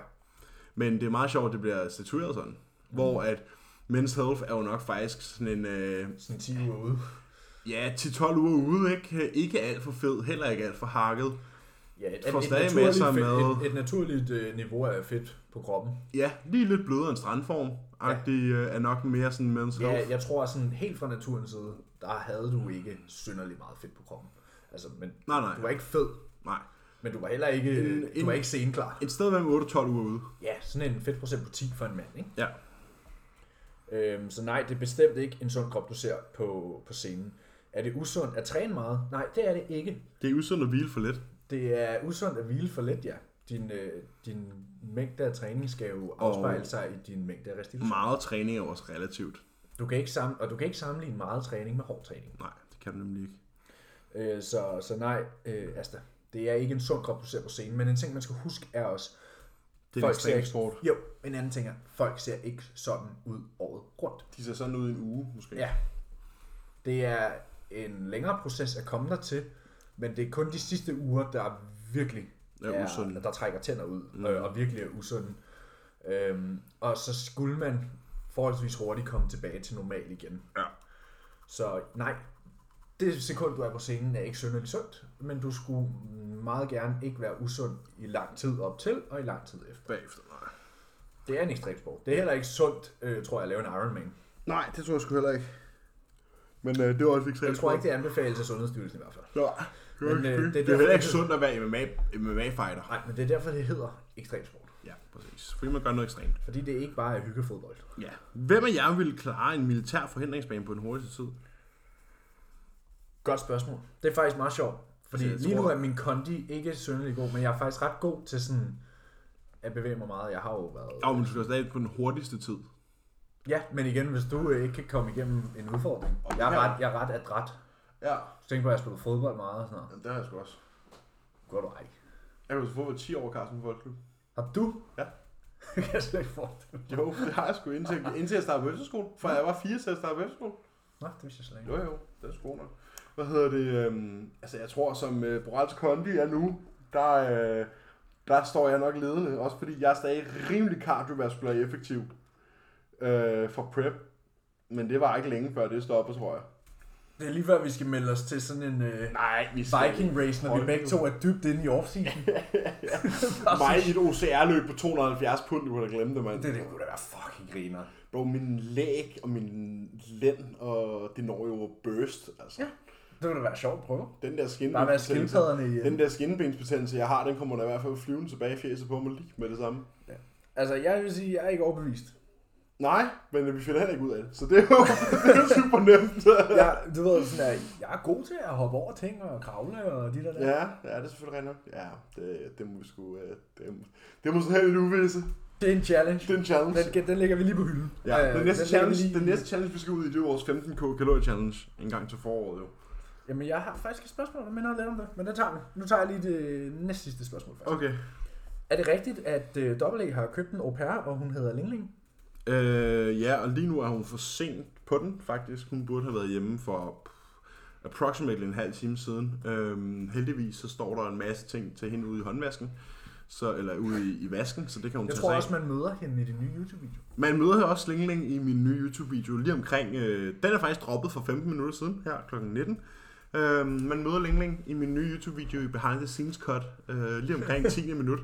Men det er meget sjovt, at det bliver statueret sådan. Mm. Hvor at Men's Health er jo nok faktisk sådan en, øh, Sådan 10 uger ude. ja, 10-12 uger ude, ikke? Ikke alt for fed, heller ikke alt for hakket. Ja, et, Får stadig masser af fedt, mad. et, et naturligt øh, niveau af fedt på kroppen. Ja, lige lidt blødere end strandform. Agtig øh, er nok mere sådan Men's Health. Ja, jeg tror sådan helt fra naturens side, der havde du ikke synderligt meget fedt på kroppen. Altså, men Nej, nej. du var ikke fed, Nej. men du var heller ikke, En- du var en- ikke senklar. Et sted mellem 8-12 uger ude. Ja, sådan en fedtprocent på 10 for en mand, ikke? Ja. Øhm, så nej, det er bestemt ikke en sund krop, du ser på, på scenen. Er det usundt at træne meget? Nej, det er det ikke. Det er usundt at hvile for lidt. Det er usundt at hvile for lidt, ja. Din, øh, din mængde af træning skal jo afspejle sig i din mængde af restitution. Meget træning er jo også relativt. Du kan ikke sammen, og du kan ikke sammenligne meget træning med hård træning. Nej, det kan man nemlig ikke. Øh, så, så nej, øh, Asta, Det er ikke en sund krop, du ser på scenen, men en ting, man skal huske, er også, Det er en Folk ser ekstrem ikke- sport. jo, en anden ting er, folk ser ikke sådan ud året rundt. De ser sådan ud i en uge, måske. Ja. Det er en længere proces at komme der til, men det er kun de sidste uger, der virkelig Er usunde. der trækker tænder ud, mm. øh, og virkelig er usunde. Øhm, og så skulle man forholdsvis hurtigt komme tilbage til normal igen. Ja. Så nej, det sekund, du er på scenen, er ikke synderligt sundt, men du skulle meget gerne ikke være usund i lang tid op til og i lang tid efter. Bagefter, nej. Det er en ekstrem sport. Det er heller ikke sundt, øh, tror jeg, at lave en Ironman. Nej, det tror jeg sgu heller ikke. Men øh, det var også ekstremt Jeg tror ikke, det anbefales af Sundhedsstyrelsen i hvert fald. Nå, Men, øh, det er det, det, det er derfor, heller ikke det- sundt at være MMA, MMA-fighter. Nej, men det er derfor, det hedder ekstrem sport. Ja, præcis. Fordi man gør noget ekstremt. Fordi det ikke bare er hyggefodbold. Ja. Hvem af jer ville klare en militær forhindringsbane på den hurtigste tid? Godt spørgsmål. Det er faktisk meget sjovt. Fordi Altså, jeg lige nu tror- er min kondi ikke synderlig god, men jeg er faktisk ret god til sådan at bevæge mig meget. Jeg har jo været... Jo, men du skal stadig på den hurtigste tid. Ja, men igen, hvis du øh, ikke kan komme igennem en udfordring. Jeg er Ja. ret, jeg er ret adræt. Ja, Tænk på, at jeg spillede fodbold meget og sådan noget. det har jeg sgu også. Godt du ej. Jeg kunne få 10 år, Carsten Folkeklub. Har du? Ja. jeg kan slet ikke forestille mig. Jo, det har jeg sgu indtil, indtil jeg startede på efterskole. For jeg var 4, så jeg startede på efterskole. Nå, det vidste jeg slet ikke. Jo, jo, det er sgu nok. Hvad hedder det? Øhm, altså, jeg tror, som øh, Borals Kondi er nu, der, øh, der står jeg nok ledende. Også fordi jeg er stadig rimelig cardiovaskulær effektiv øh, for prep. Men det var ikke længe før det stopper, tror jeg. Det er lige før, vi skal melde os til sådan en... Øh... Nej, vi Viking race, når vi Hold begge nu. to er dybt inde i offseason. Bare Mig i sådan- et OCR-løb på 270 pund, du kan da glemme det, mand. Det, det kunne da være fucking griner. Bro, min læg og min lænd, og det når jo at burst, altså. Ja. Det ville da være sjovt at prøve. Den der skinben. Bare være skildpadderne i. Den der skinbenbetændelse, jeg har, den kommer da i hvert fald flyvende tilbage i fjeset på mig lige med det samme. Altså, jeg vil sige, jeg er ikke overbevist. Nej, men vi finder heller ikke ud af det, så det er jo, det er jo super nemt. Jeg, du ved, sådan at jeg er god til at hoppe over ting og kravle og de der der. ja, ja, det er selvfølgelig rigtigt nok. Ja, det, det må vi sgu... øh, Det, må- det må sådan have lidt uvisse. Det er en challenge. Det er en challenge. Den, den lægger vi lige på hylden. Ja, Øh, den næste, lægger vi challenge, lige- den næste challenge, vi skal ud i, det er jo vores 15k kalorie challenge en gang til foråret jo. Jamen, jeg har faktisk et spørgsmål, der minder lidt om det. Men det tager vi. Nu tager jeg lige det næst sidste spørgsmål først. Okay. Er det rigtigt, at uh, AA har købt en au pair, og hun hedder Ling Ling? Øh, ja, og lige nu er hun for sent på den, faktisk. Hun burde have været hjemme for pff, approximately en halv time siden. Øhm, heldigvis så står der en masse ting til hende ude i håndvasken, så, eller ude i, i vasken, så det kan hun Jeg tage tror sig af. også, man møder hende i det nye YouTube-video. Man møder her også Slingling i min nye YouTube-video lige omkring. Øh, den er faktisk droppet for 15 minutter siden, her kl. 19. Øh, man møder Lingling i min nye YouTube-video i Behind the Scenes Cut, øh, lige omkring 10. minut.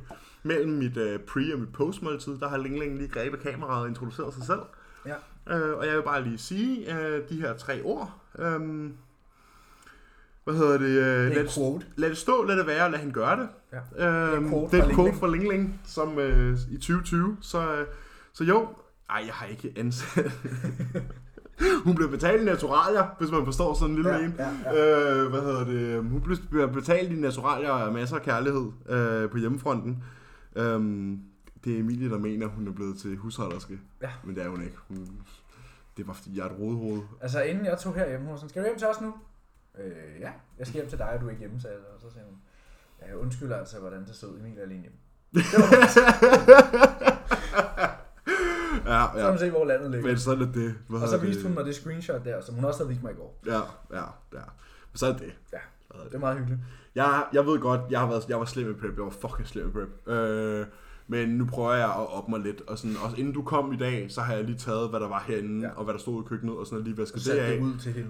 Mellem mit øh, pre- og mit post-måltid, der har Lingling lige grebet kameraet og introduceret sig selv. Ja. Øh, og jeg vil bare lige sige øh, de her tre ord. Øh, hvad hedder det? Øh, Det er lad, en quote. lad det stå, lad det være, lad hende gøre det. Ja. Øhm, quote fra det er et Ling quote Ling. fra Ling Ling, som øh, i 2020. Så, øh, så jo, ej, jeg har ikke ansat. hun blev betalt i naturalier, hvis man forstår sådan en lille ja, en. ja, ja. Øh, hvad hedder det? Hun blev- blev betalt i naturalier og masser af kærlighed øh, på hjemmefronten. Øhm, det er Emilie, der mener, hun er blevet til husholderske. Ja. Men det er hun ikke. Hun, det var fordi, jeg er et rodehoved. Altså inden jeg tog herhjemme, hun var sådan, skal du hjem til os nu? Øh, ja, jeg skal hjem til dig, og du er ikke hjemme, sagde jeg. så. Og så sagde hun, ja, jeg undskylder altså, hvordan det så ud, Emil er alene hjemme. Ja, Så kan ja. man se, hvor landet ligger. Men sådan er det. Hvad og så hedder det? viste hun mig det screenshot der, som hun også havde vist mig i går. Ja, ja, ja. Men sådan er det. Ja, Hvad hedder det er meget hyggeligt. Jeg, jeg ved godt, jeg, har været, jeg var slem med prep. Jeg var fucking slem med prep. Øh, men nu prøver jeg at op mig lidt. Og sådan, også inden du kom i dag, så har jeg lige taget, hvad der var herinde, ja. Ja. og hvad der stod i køkkenet, og sådan og lige Så vasket det satte det af. ud til hende.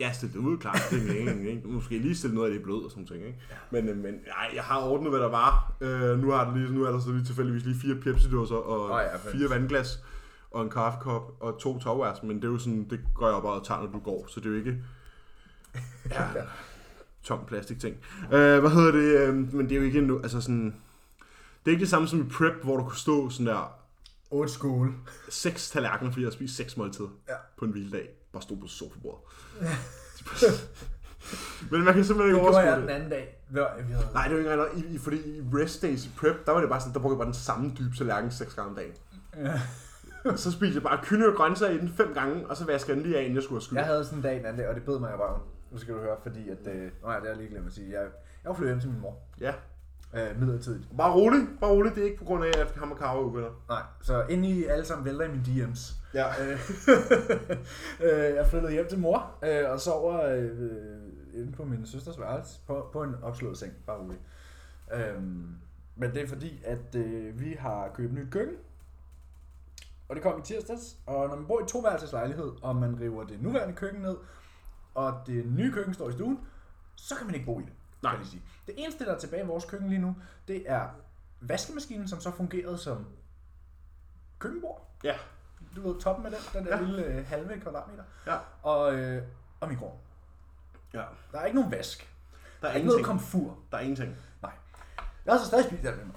Ja, stil det ud, klart. Det er en engel, ikke? Måske lige stille noget af det i blød og sådan nogle ting, ikke? Men, øh, men nej, jeg har ordnet, hvad der var. Øh, nu, har det lige, nu er der så lige tilfældigvis lige fire pepsidåser og Åh, oh, ja, ja, fire vandglas og en kaffekop og to towers, men det er jo sådan, det går jeg bare og tager, når du går, så det er jo ikke ja, tom plastik ting. Øh, hvad hedder det? Øh, men det er jo ikke endnu, altså sådan, det er ikke det samme som i prep, hvor du kunne stå sådan der Old school. seks tallerkener, fordi jeg har spist seks måltider Ja. på en hviledag. Bare stod på sofabordet. Men man kan simpelthen Det ikke gjorde jeg overskue den det. anden dag. Hvor vi havde... Nej, det er jo ikke engang noget. I, i, fordi i rest days i prep, der var det bare sådan, der brugte jeg bare den samme dybe tallerken seks gange om dagen. Ja. så spiste jeg bare kylling og grøntsager i den fem gange, og så vaskede jeg den lige af, inden jeg skulle have skudt. Jeg havde sådan en dag den anden dag, og det bed mig i røven. Nu skal du høre, fordi at... Øh, nej, det har jeg lige glemt at sige. Jeg, jeg var flyttet hjem til min mor. Ja. Øh, midlertidigt. Bare rolig, bare rolig. Det er ikke på grund af, at ham og Karo er uvenner. Nej, så inden I alle sammen vælter i mine DM's. Ja. Øh, øh, jeg flyttede hjem til mor, øh, og sover øh, øh, inde på min søsters værelse, på, på en opslået seng, bare roligt. Øhm, men det er fordi, at øh, vi har købt nyt køkken, og det kom i tirsdags, og når man bor i toværelseslejlighed, og man river det nuværende køkken ned, og det nye køkken står i stuen, så kan man ikke bo i det. Nej. Kan jeg lige sige. Det eneste, der er tilbage i vores køkken lige nu, det er vaskemaskinen, som så fungerede som køkkenbord. Ja. Du ved, toppen af den, den der ja. lille øh, halve kvadratmeter. Ja. Og, øh, og mikroovn. Ja. Der er ikke nogen vask. Der Der er er ikke noget ingenting. komfur. Der er ingenting. Nej. Jeg har så stadig spist alt med mig.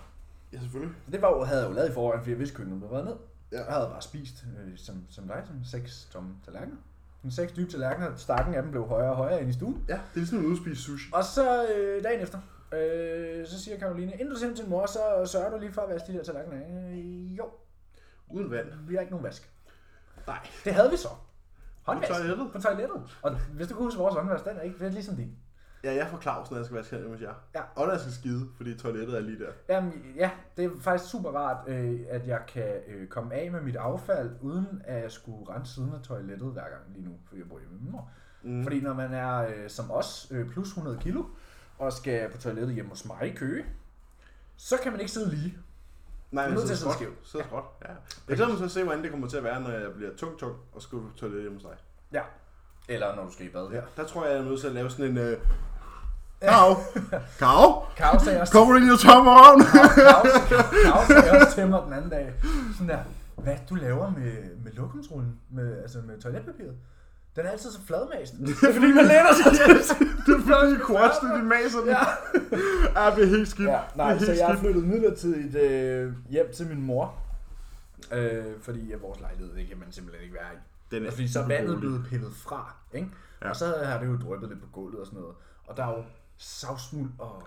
Ja, selvfølgelig. Så det var, jo- havde jeg jo lavet i forvejen, fordi jeg vidste, køkkenet var ned. Ja. Ja. Jeg havde bare spist, øh, som, som dig, sådan seks tomme tallerkener. Sådan seks dybe tallerkener, stakken af dem blev højere og højere ind i stuen. Ja, det er ligesom at udspise sushi. Og så øh, dagen efter, øh, så siger Karoline, inden du sender til din mor, så sørger du lige for at vaske de der tallerkener af. Øh, jo, Uden vand. vi har ikke nogen vask. Nej. Det havde vi så. Håndvask. toilettet. På toilettet. Og hvis du kan huske vores håndvask, den er ikke den er ligesom din. Ja, jeg får Claus, når jeg skal vaske hænder, hvis jeg. Ja. Og når jeg skal skide, fordi toilettet er lige der. Jamen, ja, det er faktisk super rart, øh, at jeg kan øh, komme af med mit affald, uden at jeg skulle rense siden af toilettet hver gang lige nu, fordi jeg bor hjemme med min mor. Mm. Fordi når man er øh, som os, øh, plus 100 kilo, og skal på toilettet hjemme hos mig i Køge, så kan man ikke sidde lige. Nej, er men nødt så til er at det sidde skråt. skævt. Så er det skråt. Ja. Jeg glæder mig til at se, hvordan det kommer til at være, når jeg bliver tung, tung og skal på toilettet hjemme hos dig. Ja. Eller når du skal i bad. Ja. Der tror jeg, jeg er nødt til at lave sådan en... Øh... Karo! Karo! Kav sagde også, Kommer du ind i tomme røven? Kav sagde også til mig den anden dag, sådan der, hvad du laver med, med lokumsrullen, med, altså med toiletpapiret. Den er altid så fladmast. Det er fordi, man læner sig til det. Det er fordi, I krosser de maser den. Ja. Ej, det er helt skidt. Ja, nej, det så er helt jeg er skidt. flyttet midlertidigt øh, hjem til min mor. Øh, fordi at vores lejlighed, det kan man simpelthen ikke være i. Den er Altså, fordi så er vandet ubeboelig. blevet pillet fra, ikke? Ja. Ja. Og så har det jo dryppet lidt på gulvet og sådan noget. Og der er jo savsmuld og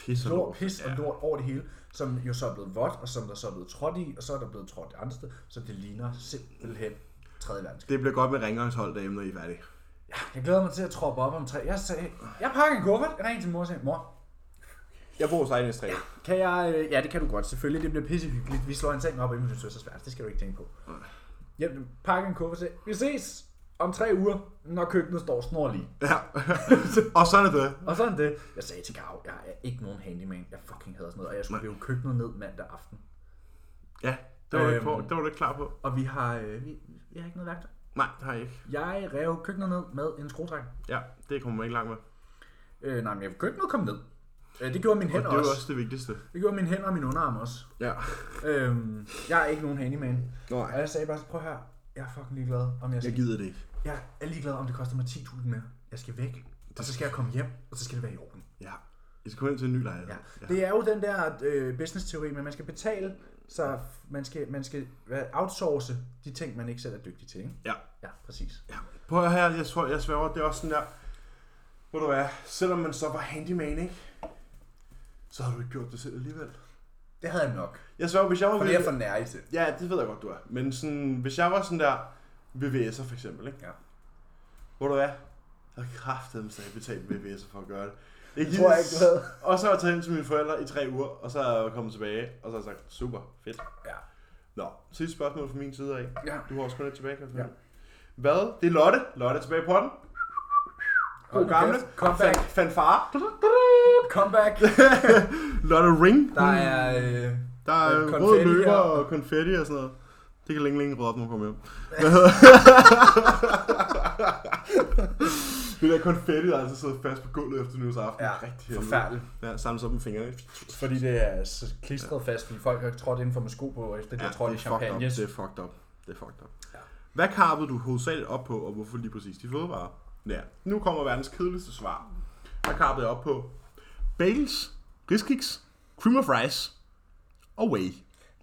Pis og lort. lort, pis og Ja. lort over det hele, som jo så er blevet vådt, og som der så er blevet trådt i, og så er der blevet trådt andre steder, så det ligner simpelthen 3. verdenskrig. Det bliver godt med ringangshold derhjemme, når I er færdige. Jeg glæder mig til at troppe op om tre. Jeg sagde, jeg pakker en kuffert, jeg ringer til mor og sagde, mor, Jeg bor hos dig næste ja. Kan jeg... øh, Ja, det kan du godt. Selvfølgelig, det bliver pissehyggeligt. Vi slår en seng op i min søsters værelse. Det skal du ikke tænke på. Jeg pakker en kuffert og siger, vi ses om tre uger, når køkkenet står snorlig. ja. og sådan er det. Og sådan det. Jeg sagde til Gav, jeg er ikke nogen handyman. Jeg fucking hader sådan noget. Og jeg skulle rive køkkenet ned mandag aften. Ja, det var, øhm. ikke Øhm. på, det var du ikke klar på. Og vi har... Øh, vi, vi har ikke noget værktøj. Nej, det har jeg ikke. Jeg rev køkkenet ned med en skruetrækker. Ja, det kommer man ikke langt med. Øh, nej, men jeg køkkenet kom ned. Øh, det gjorde mine Og hænder det er også. også. jo også det vigtigste. Det gjorde mine hænder og min underarm også. Ja. Øhm, jeg er ikke nogen handyman. Nej. Og jeg sagde bare, prøv her, jeg er fucking ligeglad, om jeg, skal, Jeg gider det ikke. jeg er ligeglad, om det koster mig 10.000 mere. Jeg skal væk, og så skal jeg komme hjem, og så skal det være i orden. Ja. I skal komme ind til en ny lejlighed. Ja. Det er jo den der øh, business-teori, men man skal betale, så man skal, man skal hvad, outsource de ting, man ikke selv er dygtig til. Ikke? ja. Ja, præcis. ja. Prøv at høre her, jeg, tror, jeg sværger, det er også sådan der... Ved du hvad, selvom man så var handyman, ikke? Så har du ikke gjort det selv alligevel. Det havde jeg nok, Jeg sværger, hvis jeg var... for det er for nær i til. Ja, det ved jeg godt, du er. Men sådan, hvis jeg var sådan der VVS'er for eksempel, ikke? Ja. Hvor du er, så har kraftedeme stadig betalt VVS'er for at gøre det. Jeg tror jeg ikke, du havde. Og så har jeg taget hjem til mine forældre i tre uger, og så er jeg kommet tilbage, og så har jeg sagt, super, fedt. Ja. Nå, sidste spørgsmål fra min side af. Ja. Du har også kun et tilbage, kan ja. Ja. Hvad? Det er Lotte. Lotte er tilbage på den. God Hold da gamle. kæft. Comeback. Fan- Fanfare. Comeback. Lotte Ring. Der er... Øh, Der er Og rød konfetti løber her. og konfetti og sådan noget. Det kan længe, længe råbe, når hun kommer hjem. det der konfetti, der altså sidder fast på gulvet efter nyårsaften. ja, er rigtig helvede. forfærdeligt. Ja, samles op med fingrene. Fordi det er så klistret fast, fordi folk har trådt inden for med sko på, og efter de Ja, har trådt i fucked up. champagne. Det er fucked up. Det er fucked up. Ja. Ja. Hvad karpede du hovedsageligt op på, og hvorfor lige præcis de fødevarer? Ja, nu kommer verdens kedeligste svar. Hvad karpede jeg op på? Bagels, riskiks, cream of rice og whey.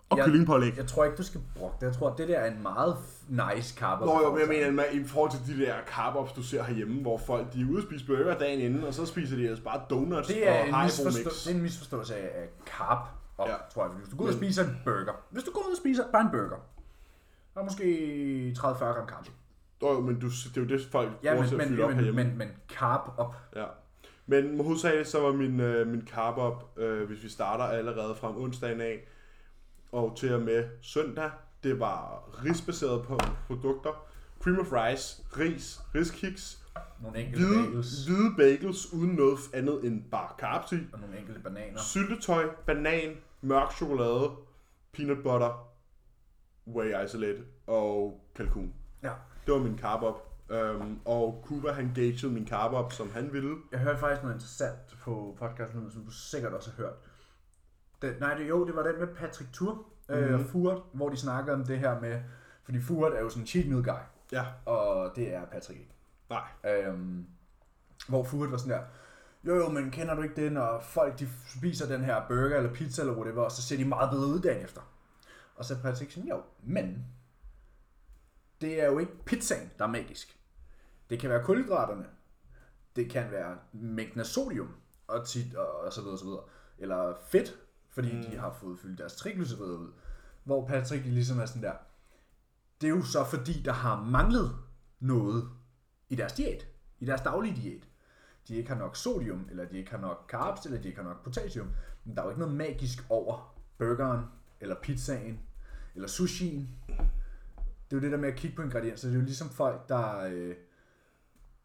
Og Jeg- kyllingpålæg. Jeg tror ikke, du skal brokke det. Jeg tror, det der er en meget f- nice kapper. Nå jo, men jeg mener, man, i forhold til de der carb-ups, du ser herhjemme, hvor folk de er ude og spise burger dagen inden, og så spiser de altså bare donuts det er, og en Haribo misforstå- mix. det er en misforståelse af af carb op, Ja. ja. tror jeg. Hvis du går ud og spiser en burger. Hvis du går ud og spiser bare en burger. Der er måske 30-40 gram carb. Nå, jo, men du, det er jo det, folk Ja, bruger men, til at men, fylde op men, men, herhjemme. men, men carb op. Ja. Men hovedsageligt så var min, øh, min carb op, øh, hvis vi starter allerede fra onsdagen af, og til og med søndag, det var risbaserede på produkter, cream of rice, ris, riskiks, Nogle enkelte hvide, bagels hvide bagels uden noget andet end bare carbs i, og nogle enkelte bananer. syltetøj, banan, mørk chokolade, peanut butter, whey isolate og kalkun. Ja. Det var min carb op. Øhm, og Kuba han gaugede min carb op, som han ville. Jeg hørte faktisk noget interessant på podcasten, som du sikkert også har hørt. Det, nej, det, jo, det var den med Patrick Tur øh, og Furt, hvor de snakkede om det her med... Fordi Furt er jo sådan en cheat meal guy, Ja, og det er Patrick ikke. nej. Øhm, hvor Furt var sådan der, jo jo, men kender du ikke det, når folk de spiser den her burger eller pizza eller whatever, og så ser de meget bedre ud dagen efter. Og så er Patrick sådan, jo, men det er jo ikke pizzaen, der er magisk. Det kan være kulhydraterne, det kan være mængden af sodium, og, tit, og, og så videre, så videre. Eller fedt, fordi mm. de har fået fyldt deres triglycerider ud. Hvor Patrick ligesom er sådan der, det er jo så fordi, der har manglet noget i deres diæt, i deres daglige diæt. De ikke har nok sodium, eller de ikke har nok carbs, eller de ikke har nok potassium. Men der er jo ikke noget magisk over burgeren, eller pizzaen, eller sushien. Det er jo det der med at kigge på ingredienser. Det er jo ligesom folk, der, øh,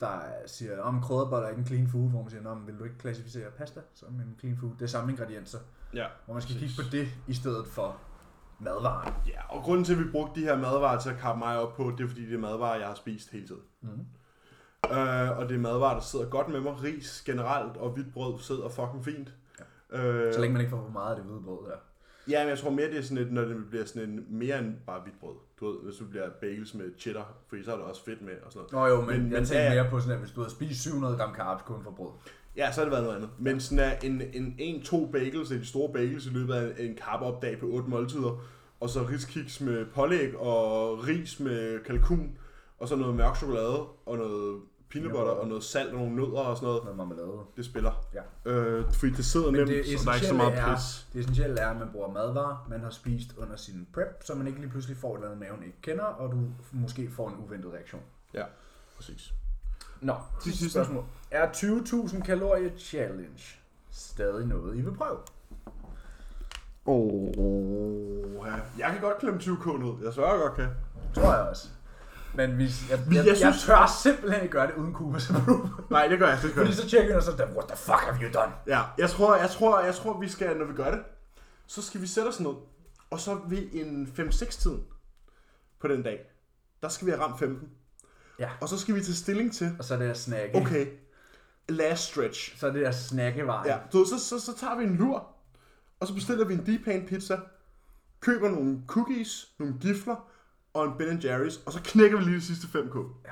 der siger, om krydderboller er ikke en clean food, hvor man siger, "Nå, men vil du ikke klassificere pasta som en clean food? Det er samme ingredienser. Ja. Hvor man skal kigge på det, i stedet for madvaren. Ja, og grunden til, at vi brugte de her madvarer til at kappe mig op på, det er, fordi det er madvarer, jeg har spist hele tiden. Mhm. Mm. Øh, og det er madvarer, der sidder godt med mig. Ris generelt og hvidt brød sidder fucking fint. Ja. Øh, Så længe man ikke får for meget af det hvide brød der. ja, men jeg tror mere, det er sådan et, når det bliver sådan en, mere end bare hvidt brød. Du ved, hvis du bliver bagels med cheddar, fordi så er der også fedt med og sådan noget. Nå jo, men, Men- men jeg men tænker der- mere på sådan, at hvis du havde spist 700 gram carbs kun for brød. Ja, så har det været noget andet. Men sådan er en, en, en to bagels, en store bagels i løbet af en, en karpeopdag på otte måltider, og så riskiks med pålæg og ris med kalkun, og så noget mørk chokolade og noget peanut butter og noget salt og nogle nødder og sådan noget. Noget marmelade. Det spiller. Ja. Øh, fordi det sidder Men nemt, det så der er ikke så meget essentielle er, pis. det essentielle er, at man bruger madvarer, man har spist under sin prep, så man ikke lige pludselig får et eller andet, maven ikke kender, og du f- måske får en uventet reaktion. Ja, præcis. Nå, sidste, sidste. spørgsmål. Er 20.000 kalorier challenge stadig noget, I vil prøve? Oh, ja. Jeg kan godt klemme 20k ned. Jeg sørger jeg godt kan. Tror jeg også. Men hvis, jeg, jeg, jeg, jeg, jeg synes- tør simpelthen ikke gøre det uden Kubas approve. Nej, det gør jeg. Det gør jeg. Fordi så tjekker jeg, og så er det, what the fuck have you done? Ja, jeg tror, jeg tror, jeg tror, vi skal, når vi gør det, så skal vi sætte os ned, og så ved en 5-6 tiden på den dag, der skal vi have ramt 15. Ja. Og så skal vi tage stilling til, Og så er det at snakke. okay, last stretch. Så er det at snakke vejen. Ja, så, så, så, så tager vi en lur, og så bestiller vi en deep pan pizza, køber nogle cookies, nogle gifler og en Ben Jerry's, og så knækker vi lige de sidste 5k. ja.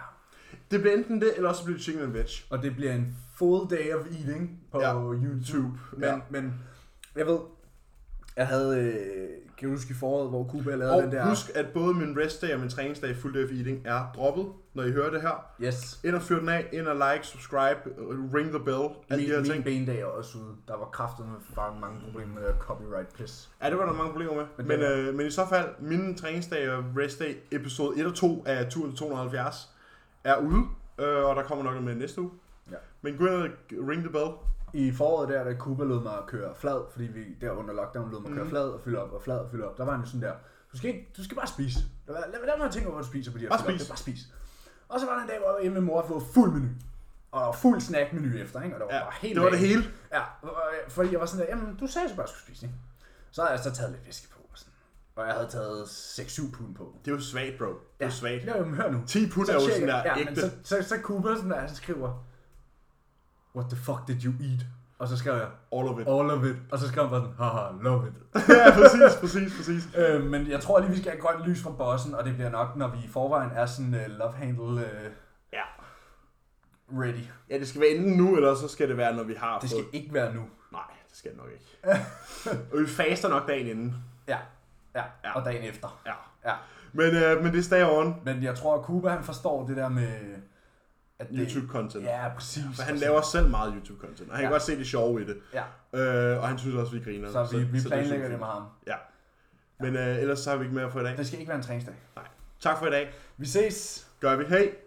Det bliver enten det, eller også bliver det chicken and veg. Og det bliver en full day of eating på ja. Ja. Mm. YouTube. Men, ja. Ja. men jeg ved, jeg havde, øh, kan du huske i foråret, hvor Kuba lavede Og den der... husk, at både min restdag og min træningsdag Full Day of Eating er droppet, når I hører det her. Yes. Ind og fyr den af, ind og like, subscribe, øh, ring the bell, alle de her Min, min ting. bendag er også ude. Der var kraftet med fucking mange problemer med copyright pis. Ja, det var der mange problemer med. Men Men, det men, øh, men i så fald, min træningsdag og restdag episode 1 og 2 af Turen til 270 er ude, øh, og der kommer nok med næste uge. Ja. Men gå ind og ring the bell. I foråret der, da Kuba lod mig at køre flad, fordi vi der under lockdown lod mig Mm. at køre flad og fylde op og flad og fylde op, der var han jo sådan der, du skal, ikke, du skal bare spise. Lad, lad, lad mig tænke over, hvad du spiser på de her Bare fylde op. spis. Bare spis. Og så var der en dag, hvor jeg var hjemme med mor og fået fuld menu. Og der var fuld snackmenu efter, ikke? Og der var Ja, bare helt det var det af. hele. Ja, øh, fordi jeg var sådan der, jamen du sagde så bare, at jeg skulle spise, ikke? Så havde jeg så taget lidt væske på og sådan. Og jeg havde taget 6-7 pund på. Det er jo svagt, bro. Det er jo svagt. Ja, jamen hør nu. 10 pund Så er jo tjekker- sådan der ja, men ægte. så, så, så Cooper sådan der, han skriver, What the fuck did you eat? Og så skrev jeg, All of it. All of it. Og så skrev han bare sådan, haha, love it. ja, præcis, præcis, præcis. øh, men jeg tror lige, vi skal have grønt lys fra bossen, og det bliver nok, når vi i forvejen er sådan uh, love handle uh, Ja. ready. ja, det skal være enten nu, eller så skal det være, når vi har Det fået- skal ikke være nu. Nej, det skal det nok ikke. og vi faster nok dagen inden. Ja, ja, Ja. og dagen efter. Ja. Ja. Men, øh, men det er stay on Men jeg tror, at Cooper han forstår det der med... At det, YouTube-content. Ja. Ja, præcis. For han laver selv meget YouTube-content, og han ja. Ja. kan godt se det sjove i det. Ja, Øh, og han synes også, vi griner. så vi, vi er planlægger super det med fint. ham. Ja. Men øh, ellers så har vi ikke mere for i dag. Det skal ikke være en træningsdag. Tak for i dag. Vi ses! Gør vi. Hej.